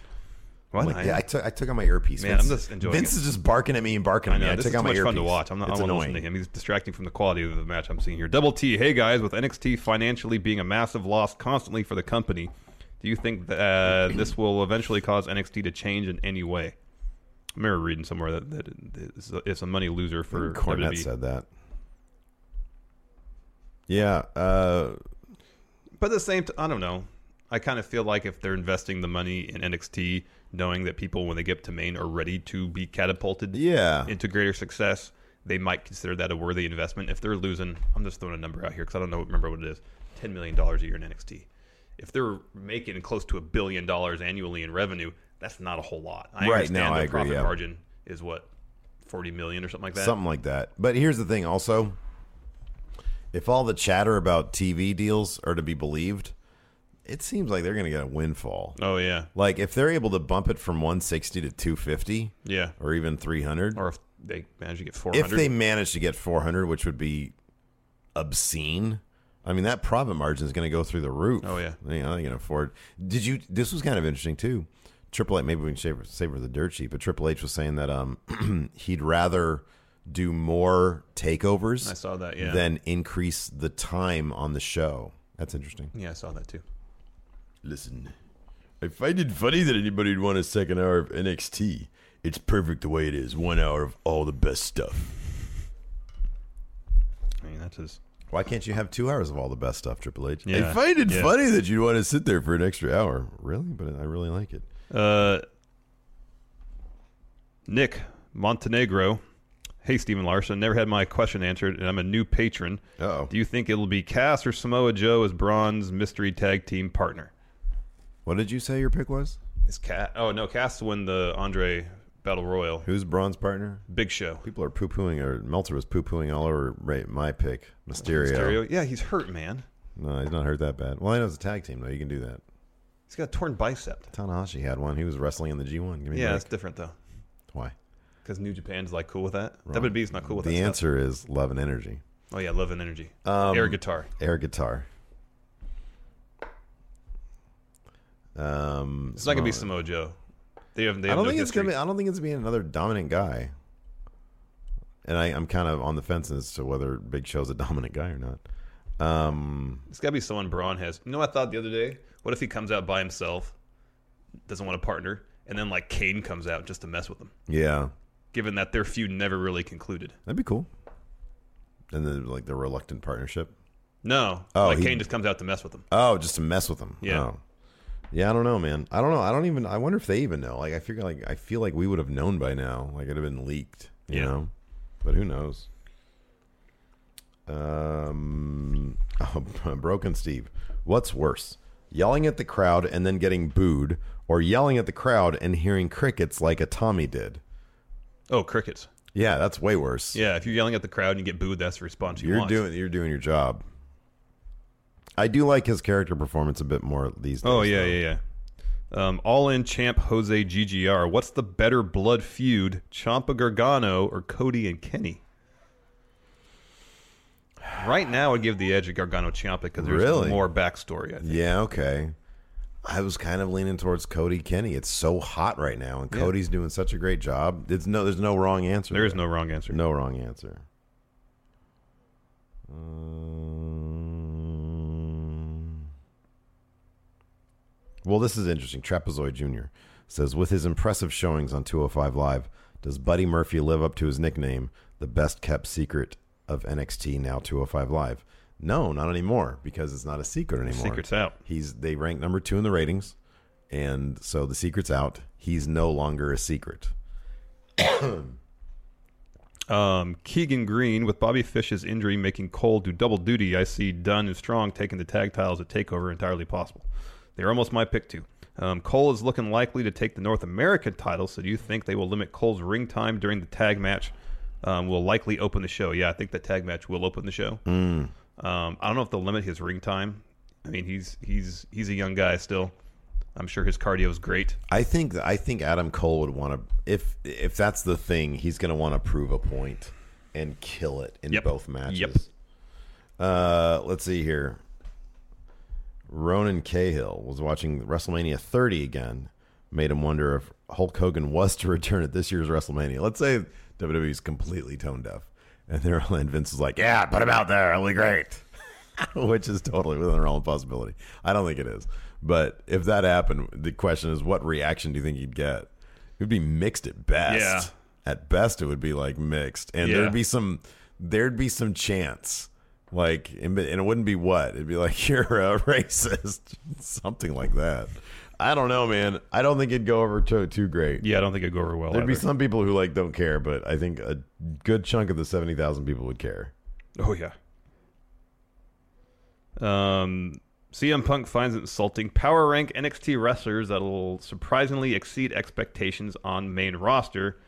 [SPEAKER 4] What?
[SPEAKER 3] I'm like,
[SPEAKER 4] I-
[SPEAKER 3] yeah, I took I took out my earpiece.
[SPEAKER 4] Man, I'm
[SPEAKER 3] Vince-
[SPEAKER 4] just enjoying
[SPEAKER 3] Vince
[SPEAKER 4] it.
[SPEAKER 3] is just barking at me and barking
[SPEAKER 4] I
[SPEAKER 3] at me.
[SPEAKER 4] know.
[SPEAKER 3] I
[SPEAKER 4] this
[SPEAKER 3] took
[SPEAKER 4] is
[SPEAKER 3] out
[SPEAKER 4] too
[SPEAKER 3] my
[SPEAKER 4] much
[SPEAKER 3] earpiece.
[SPEAKER 4] fun to watch. I'm not.
[SPEAKER 3] It's
[SPEAKER 4] I want to
[SPEAKER 3] annoying.
[SPEAKER 4] listen to him. He's distracting from the quality of the match I'm seeing here. Double T. Hey guys, with NXT financially being a massive loss constantly for the company, do you think that uh, this will eventually cause NXT to change in any way? I remember reading somewhere that, that it's a- it's a money loser for E.
[SPEAKER 3] Cornette
[SPEAKER 4] WWE.
[SPEAKER 3] said that. Yeah, uh,
[SPEAKER 4] But at the same time, I don't know. I kind of feel like if they're investing the money in NXT, knowing that people when they get to Maine are ready to be catapulted
[SPEAKER 3] yeah,
[SPEAKER 4] into greater success, they might consider that a worthy investment. If they're losing, I'm just throwing a number out here because I don't know remember what it is, ten million dollars a year in NXT. If they're making close to a billion dollars annually in revenue, that's not a whole lot. I
[SPEAKER 3] Right,
[SPEAKER 4] understand
[SPEAKER 3] no,
[SPEAKER 4] the
[SPEAKER 3] I agree,
[SPEAKER 4] profit
[SPEAKER 3] yeah.
[SPEAKER 4] margin is what forty million or something like that.
[SPEAKER 3] something like that. But here's the thing, also, if all the chatter about TV deals are to be believed, it seems like they're going to get a windfall.
[SPEAKER 4] Oh yeah,
[SPEAKER 3] Like if they're able to bump it from 160 to 250,
[SPEAKER 4] yeah.
[SPEAKER 3] or even 300,
[SPEAKER 4] Or if they manage to get four
[SPEAKER 3] if
[SPEAKER 4] hundred,
[SPEAKER 3] they manage to get 400, which would be obscene. I mean, that profit margin is going to go through the roof.
[SPEAKER 4] Oh, yeah.
[SPEAKER 3] you know, you can afford. Did you? This was kind of interesting too. Triple H, maybe we can save save for the dirt sheet, but Triple H was saying that um he'd rather do more takeovers.
[SPEAKER 4] I saw that, yeah.
[SPEAKER 3] Than increase the time on the show. That's interesting.
[SPEAKER 4] yeah, I saw that too.
[SPEAKER 3] Listen,
[SPEAKER 5] I find it funny that anybody'd want a second hour of NXT. It's perfect the way it is. One hour of all the best stuff.
[SPEAKER 4] I mean, that's his.
[SPEAKER 3] why can't you have two hours of all the best stuff, Triple H?
[SPEAKER 4] Yeah.
[SPEAKER 5] I find it
[SPEAKER 4] Yeah.
[SPEAKER 5] funny that you'd want to sit there for an extra hour.
[SPEAKER 3] Really, but I really like it.
[SPEAKER 4] Uh, Nick, Montenegro. Hey, Stephen Larson. Never had my question answered, and I'm a new patron.
[SPEAKER 3] Uh-oh.
[SPEAKER 4] Do you think it'll be Cass or Samoa Joe as Braun's mystery tag team partner?
[SPEAKER 3] What did you say your pick was?
[SPEAKER 4] Is Cass? Oh no, Cass won the Andre Battle Royal.
[SPEAKER 3] Who's Braun's partner?
[SPEAKER 4] Big Show.
[SPEAKER 3] People are poo pooing, or Meltzer was poo pooing all over right, my pick, Mysterio.
[SPEAKER 4] Stereo. Yeah, he's hurt, man.
[SPEAKER 3] No, he's not hurt that bad. Well, I know it's a tag team, though. You can do that.
[SPEAKER 4] He's got a torn bicep.
[SPEAKER 3] Tanahashi had one. He was wrestling in the G1. Give me
[SPEAKER 4] Yeah,
[SPEAKER 3] yeah,
[SPEAKER 4] it's different though,
[SPEAKER 3] Why?
[SPEAKER 4] because New Japan's like cool with that. WWE's not cool with
[SPEAKER 3] The
[SPEAKER 4] that. stuff.
[SPEAKER 3] answer Um, is love and energy.
[SPEAKER 4] Oh yeah, love and energy. Air guitar.
[SPEAKER 3] Air guitar. Um,
[SPEAKER 4] It's not gonna be Samoa Joe. They have. They
[SPEAKER 3] I
[SPEAKER 4] have
[SPEAKER 3] don't
[SPEAKER 4] no
[SPEAKER 3] think it's
[SPEAKER 4] history.
[SPEAKER 3] gonna be. I don't think it's being another dominant guy. And I, I'm kind of on the fence as to whether Big Show's a dominant guy or not. Um,
[SPEAKER 4] It's gotta be someone Braun has. You know, what I thought the other day. What if he comes out by himself, doesn't want a partner, and then like Kane comes out just to mess with him?
[SPEAKER 3] yeah,
[SPEAKER 4] Given that their feud never really concluded.
[SPEAKER 3] that'd be cool. And then like the reluctant partnership.
[SPEAKER 4] No,
[SPEAKER 3] Oh,
[SPEAKER 4] like
[SPEAKER 3] he-
[SPEAKER 4] Kane just comes out to mess with him.
[SPEAKER 3] Oh, just to mess with them.
[SPEAKER 4] Yeah.
[SPEAKER 3] Oh. Yeah, I don't know, man. I don't know. I don't even. I wonder if they even know. Like, I figure, like, I feel like we would have known by now. Like, it'd have been leaked. You
[SPEAKER 4] Yeah.
[SPEAKER 3] know, but who knows? Um, oh, broken Steve. What's worse, yelling at the crowd and then getting booed, or yelling at the crowd and hearing crickets like a Tommy did?
[SPEAKER 4] Oh, crickets.
[SPEAKER 3] Yeah, that's way worse.
[SPEAKER 4] Yeah, if you're yelling at the crowd and you get booed, that's the response you
[SPEAKER 3] You're
[SPEAKER 4] want.
[SPEAKER 3] doing. You're doing your job. I do like his character performance a bit more these days.
[SPEAKER 4] Oh yeah, yeah, yeah. Um, all in champ Jose GGR. What's the better blood feud, Champa Gargano or Cody and Kenny? Right now, I give the edge to Gargano Champa because there's
[SPEAKER 3] Really?
[SPEAKER 4] more backstory. I think.
[SPEAKER 3] Yeah, okay. I was kind of leaning towards Cody Kenny. It's so hot right now, and Cody's doing such a great job. There's no, there's no wrong answer.
[SPEAKER 4] There is no wrong answer.
[SPEAKER 3] no wrong answer. Um, well, this is interesting. Trapezoid Jr. says, with his impressive showings on 205 Live, does Buddy Murphy live up to his nickname, the best kept secret of NXT now 205 Live? No, not anymore, because it's not a secret anymore.
[SPEAKER 4] Secret's out.
[SPEAKER 3] He's they rank number two in the ratings, and so the secret's out. He's no longer a secret.
[SPEAKER 4] Um, Keegan Green with Bobby Fish's injury making Cole do double duty. I see Dunn and Strong taking the tag titles at Takeover entirely possible. They're almost my pick too. Um, Cole is looking likely to take the North American title, so do you think they will limit Cole's ring time during the tag match? Um, will likely open the show. Yeah, I think the tag match will open the show.
[SPEAKER 3] Mm.
[SPEAKER 4] Um, I don't know if they'll limit his ring time. I mean, he's he's he's a young guy still. I'm sure his cardio is great.
[SPEAKER 3] I think I think Adam Cole would want to if if that's the thing, he's going to want to prove a point and kill it in
[SPEAKER 4] Yep.
[SPEAKER 3] both matches.
[SPEAKER 4] Yep.
[SPEAKER 3] Uh, let's see here. Ronan Cahill was watching WrestleMania 30 again. Made him wonder if Hulk Hogan was to return at this year's WrestleMania. Let's say WWE's completely tone deaf, and they're and Vince is like, "Yeah, put him out there. It'll be great." which is totally within the realm of possibility. I don't think it is. But if that happened, the question is what reaction do you think you'd get? It would be mixed at best.
[SPEAKER 4] Yeah.
[SPEAKER 3] At best it would be like mixed. And
[SPEAKER 4] Yeah.
[SPEAKER 3] there'd be some there'd be some chance. Like and and it wouldn't be what? It'd be like you're a racist. Something like that. I don't know, man. I don't think it'd go over too too great.
[SPEAKER 4] Yeah, I don't think it'd go over well.
[SPEAKER 3] There'd be
[SPEAKER 4] either.
[SPEAKER 3] some people who like don't care, but I think a good chunk of the seventy thousand people would care.
[SPEAKER 4] Oh yeah. Um, CM Punk finds it insulting. Power rank NXT wrestlers that'll surprisingly exceed expectations on main roster.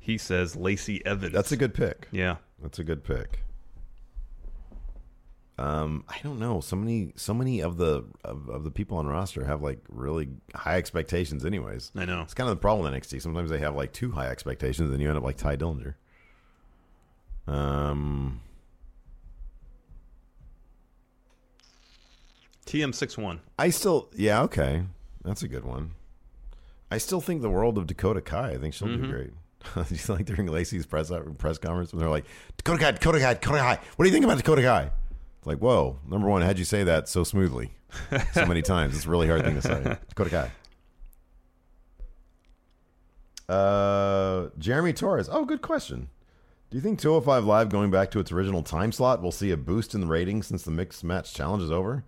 [SPEAKER 4] He says Lacey Evans.
[SPEAKER 3] That's a good pick.
[SPEAKER 4] yeah.
[SPEAKER 3] That's a good pick. Um, I don't know. So many, so many of the of, of the people on roster have like really high expectations. Anyways,
[SPEAKER 4] I know.
[SPEAKER 3] it's kind of the problem with NXT. Sometimes they have like too high expectations, and you end up like Ty Dillinger. Um,
[SPEAKER 4] TM61.
[SPEAKER 3] I still, yeah, okay, that's a good one. I still think the world of Dakota Kai. I think she'll do great. Just like during Lacey's press uh, press conference, when they're like, "Dakota Kai, Dakota Kai, Dakota Kai, what do you think about Dakota Kai?" It's like, whoa, number one, how'd you say that so smoothly, so many times? It's a really hard thing to say. Dakota Kai. Uh, Jeremy Torres. Oh, good question. Do you think 205 Live going back to its original time slot will see a boost in the ratings since the mixed match challenge is over?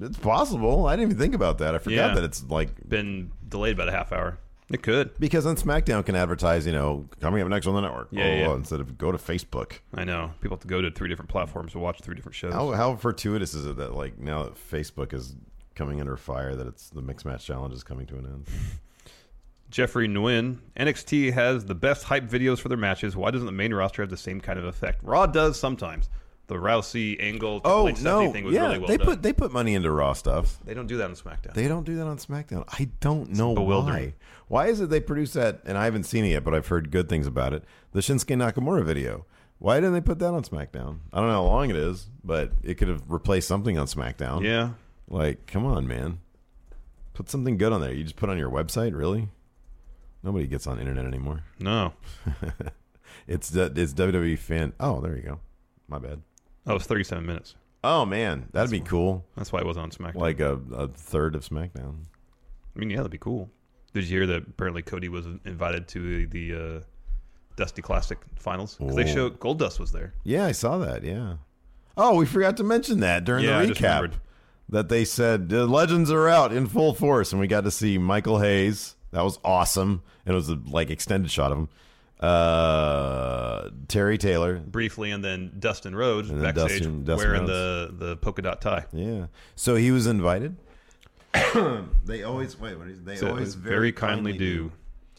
[SPEAKER 3] It's possible. I didn't even think about that. I forgot
[SPEAKER 4] Yeah.
[SPEAKER 3] that it's like
[SPEAKER 4] Been delayed about a half hour. It could.
[SPEAKER 3] Because then SmackDown can advertise, you know, coming up next on the network.
[SPEAKER 4] Yeah,
[SPEAKER 3] blah, blah,
[SPEAKER 4] yeah.
[SPEAKER 3] blah, Instead of go to Facebook.
[SPEAKER 4] I know. People have to go to three different platforms to watch three different shows.
[SPEAKER 3] How, how fortuitous is it that, like, now that Facebook is coming under fire, that it's the mixed match challenge is coming to an end?
[SPEAKER 4] Jeffrey Nguyen, NXT has the best hype videos for their matches. Why doesn't the main roster have the same kind of effect? Raw does sometimes. The Rousey angle, Triple
[SPEAKER 3] Oh,
[SPEAKER 4] H, Stephanie
[SPEAKER 3] no.
[SPEAKER 4] thing was
[SPEAKER 3] yeah,
[SPEAKER 4] really well
[SPEAKER 3] they,
[SPEAKER 4] done.
[SPEAKER 3] put, they put money into Raw stuff.
[SPEAKER 4] they don't do that on SmackDown.
[SPEAKER 3] They don't do that on SmackDown. I don't know why.
[SPEAKER 4] bewildering.
[SPEAKER 3] Why is it they produce that? And I haven't seen it yet, but I've heard good things about it. The Shinsuke Nakamura video. Why didn't they put that on SmackDown? I don't know how long it is, but it could have replaced something on SmackDown.
[SPEAKER 4] yeah.
[SPEAKER 3] Like, come on, man. Put something good on there. You just put on your website, really? Nobody gets on the internet anymore.
[SPEAKER 4] No.
[SPEAKER 3] It's the- it's WWE fan. Oh, there you go. My bad.
[SPEAKER 4] That was 37 minutes.
[SPEAKER 3] Oh man, that'd be cool.
[SPEAKER 4] That's why it wasn't on SmackDown.
[SPEAKER 3] Like a, a third of SmackDown.
[SPEAKER 4] I mean, yeah, that'd be cool. Did you hear that apparently Cody was invited to the uh, Dusty Classic finals? Because they
[SPEAKER 3] Oh.
[SPEAKER 4] show Gold Dust was there.
[SPEAKER 3] Yeah, I saw that. Yeah. Oh, we forgot to mention that during
[SPEAKER 4] Yeah, I
[SPEAKER 3] the
[SPEAKER 4] just
[SPEAKER 3] recap
[SPEAKER 4] remembered.
[SPEAKER 3] that they said the legends are out in full force, and we got to see Michael Hayes. That was awesome, and it was a like extended shot of him. Uh, Terry Taylor.
[SPEAKER 4] briefly, and then Dustin Rhodes
[SPEAKER 3] And then
[SPEAKER 4] backstage
[SPEAKER 3] Dustin- Dustin
[SPEAKER 4] wearing the the polka dot tie.
[SPEAKER 3] Yeah. So he was invited. they always wait. What is, they
[SPEAKER 4] So uh,
[SPEAKER 3] always very, kindly do.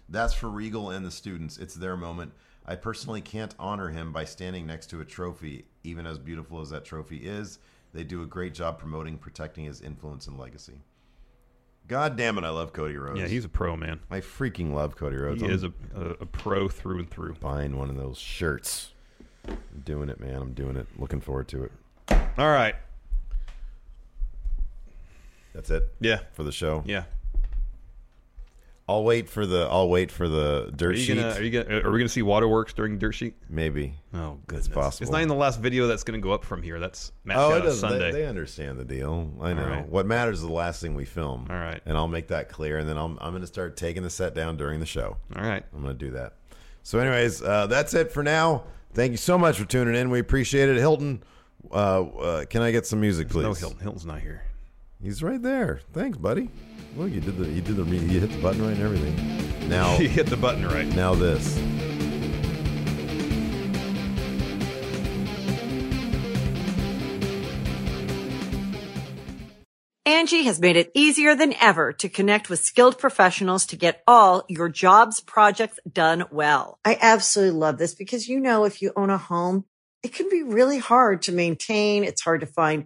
[SPEAKER 3] That's for Regal and the students. It's their moment. I personally can't honor him by standing next to a trophy, even as beautiful as that trophy is. They do a great job promoting, protecting his influence and legacy. God damn it, I love Cody Rhodes.
[SPEAKER 4] Yeah, he's a pro man.
[SPEAKER 3] I freaking love Cody Rhodes.
[SPEAKER 4] He
[SPEAKER 3] I'm
[SPEAKER 4] is a, a, a pro through and through.
[SPEAKER 3] buying one of those shirts. I'm doing it, man. I'm doing it. Looking forward to it.
[SPEAKER 4] All right.
[SPEAKER 3] That's it
[SPEAKER 4] Yeah.
[SPEAKER 3] for the show.
[SPEAKER 4] Yeah.
[SPEAKER 3] I'll wait for the. I'll wait for the
[SPEAKER 4] Are
[SPEAKER 3] dirt
[SPEAKER 4] you
[SPEAKER 3] sheet.
[SPEAKER 4] gonna are you gonna are we gonna see Waterworks during Dirt Sheet?
[SPEAKER 3] Maybe.
[SPEAKER 4] Oh,
[SPEAKER 3] It's possible.
[SPEAKER 4] It's not in the last video that's gonna go up from here. That's Matt
[SPEAKER 3] Oh, it
[SPEAKER 4] Shout out
[SPEAKER 3] doesn't.
[SPEAKER 4] Sunday.
[SPEAKER 3] They, they understand the deal. I know.
[SPEAKER 4] right.
[SPEAKER 3] What matters is the last thing we film.
[SPEAKER 4] All right.
[SPEAKER 3] And I'll make that clear. And then I'm, I'm going to start taking the set down during the show.
[SPEAKER 4] All right.
[SPEAKER 3] I'm going to do that. So, anyways, uh, that's it for now. Thank you so much for tuning in. We appreciate it. Hilton, uh, uh, can I get some music, please?
[SPEAKER 4] No Hilton. Hilton's not here.
[SPEAKER 3] He's right there. Thanks, buddy. Look, you did the you did the re- you hit the button right and everything. Now,
[SPEAKER 4] He hit the button right.
[SPEAKER 3] now this.
[SPEAKER 6] Angie has made it easier than ever to connect with skilled professionals to get all your jobs projects done well. I absolutely love this because, you know, if you own a home, it can be really hard to maintain. It's hard to find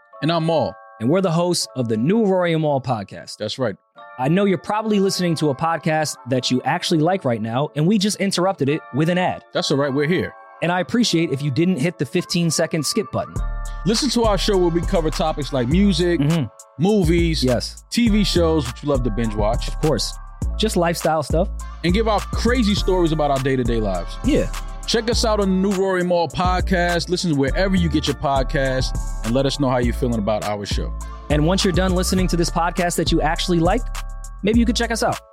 [SPEAKER 7] And I'm Maul. And we're the hosts of the new Roy and Maul podcast.
[SPEAKER 8] That's right.
[SPEAKER 7] I know you're probably listening to a podcast that you actually like right now, and we just interrupted it with an ad.
[SPEAKER 8] That's all right. We're here.
[SPEAKER 7] And I appreciate if you didn't hit the 15 second skip button.
[SPEAKER 8] Listen to our show where we cover topics like music,
[SPEAKER 7] Mhm.
[SPEAKER 8] movies,
[SPEAKER 7] Yes,
[SPEAKER 8] TV shows, which you love to binge watch,
[SPEAKER 7] of course. Just lifestyle stuff.
[SPEAKER 8] and give out crazy stories about our day to day lives.
[SPEAKER 7] Yeah.
[SPEAKER 8] Check us out on the New Rory Mall podcast. Listen wherever you get your podcast and let us know how you're feeling about our show.
[SPEAKER 7] And once you're done listening to this podcast that you actually like, maybe you could check us out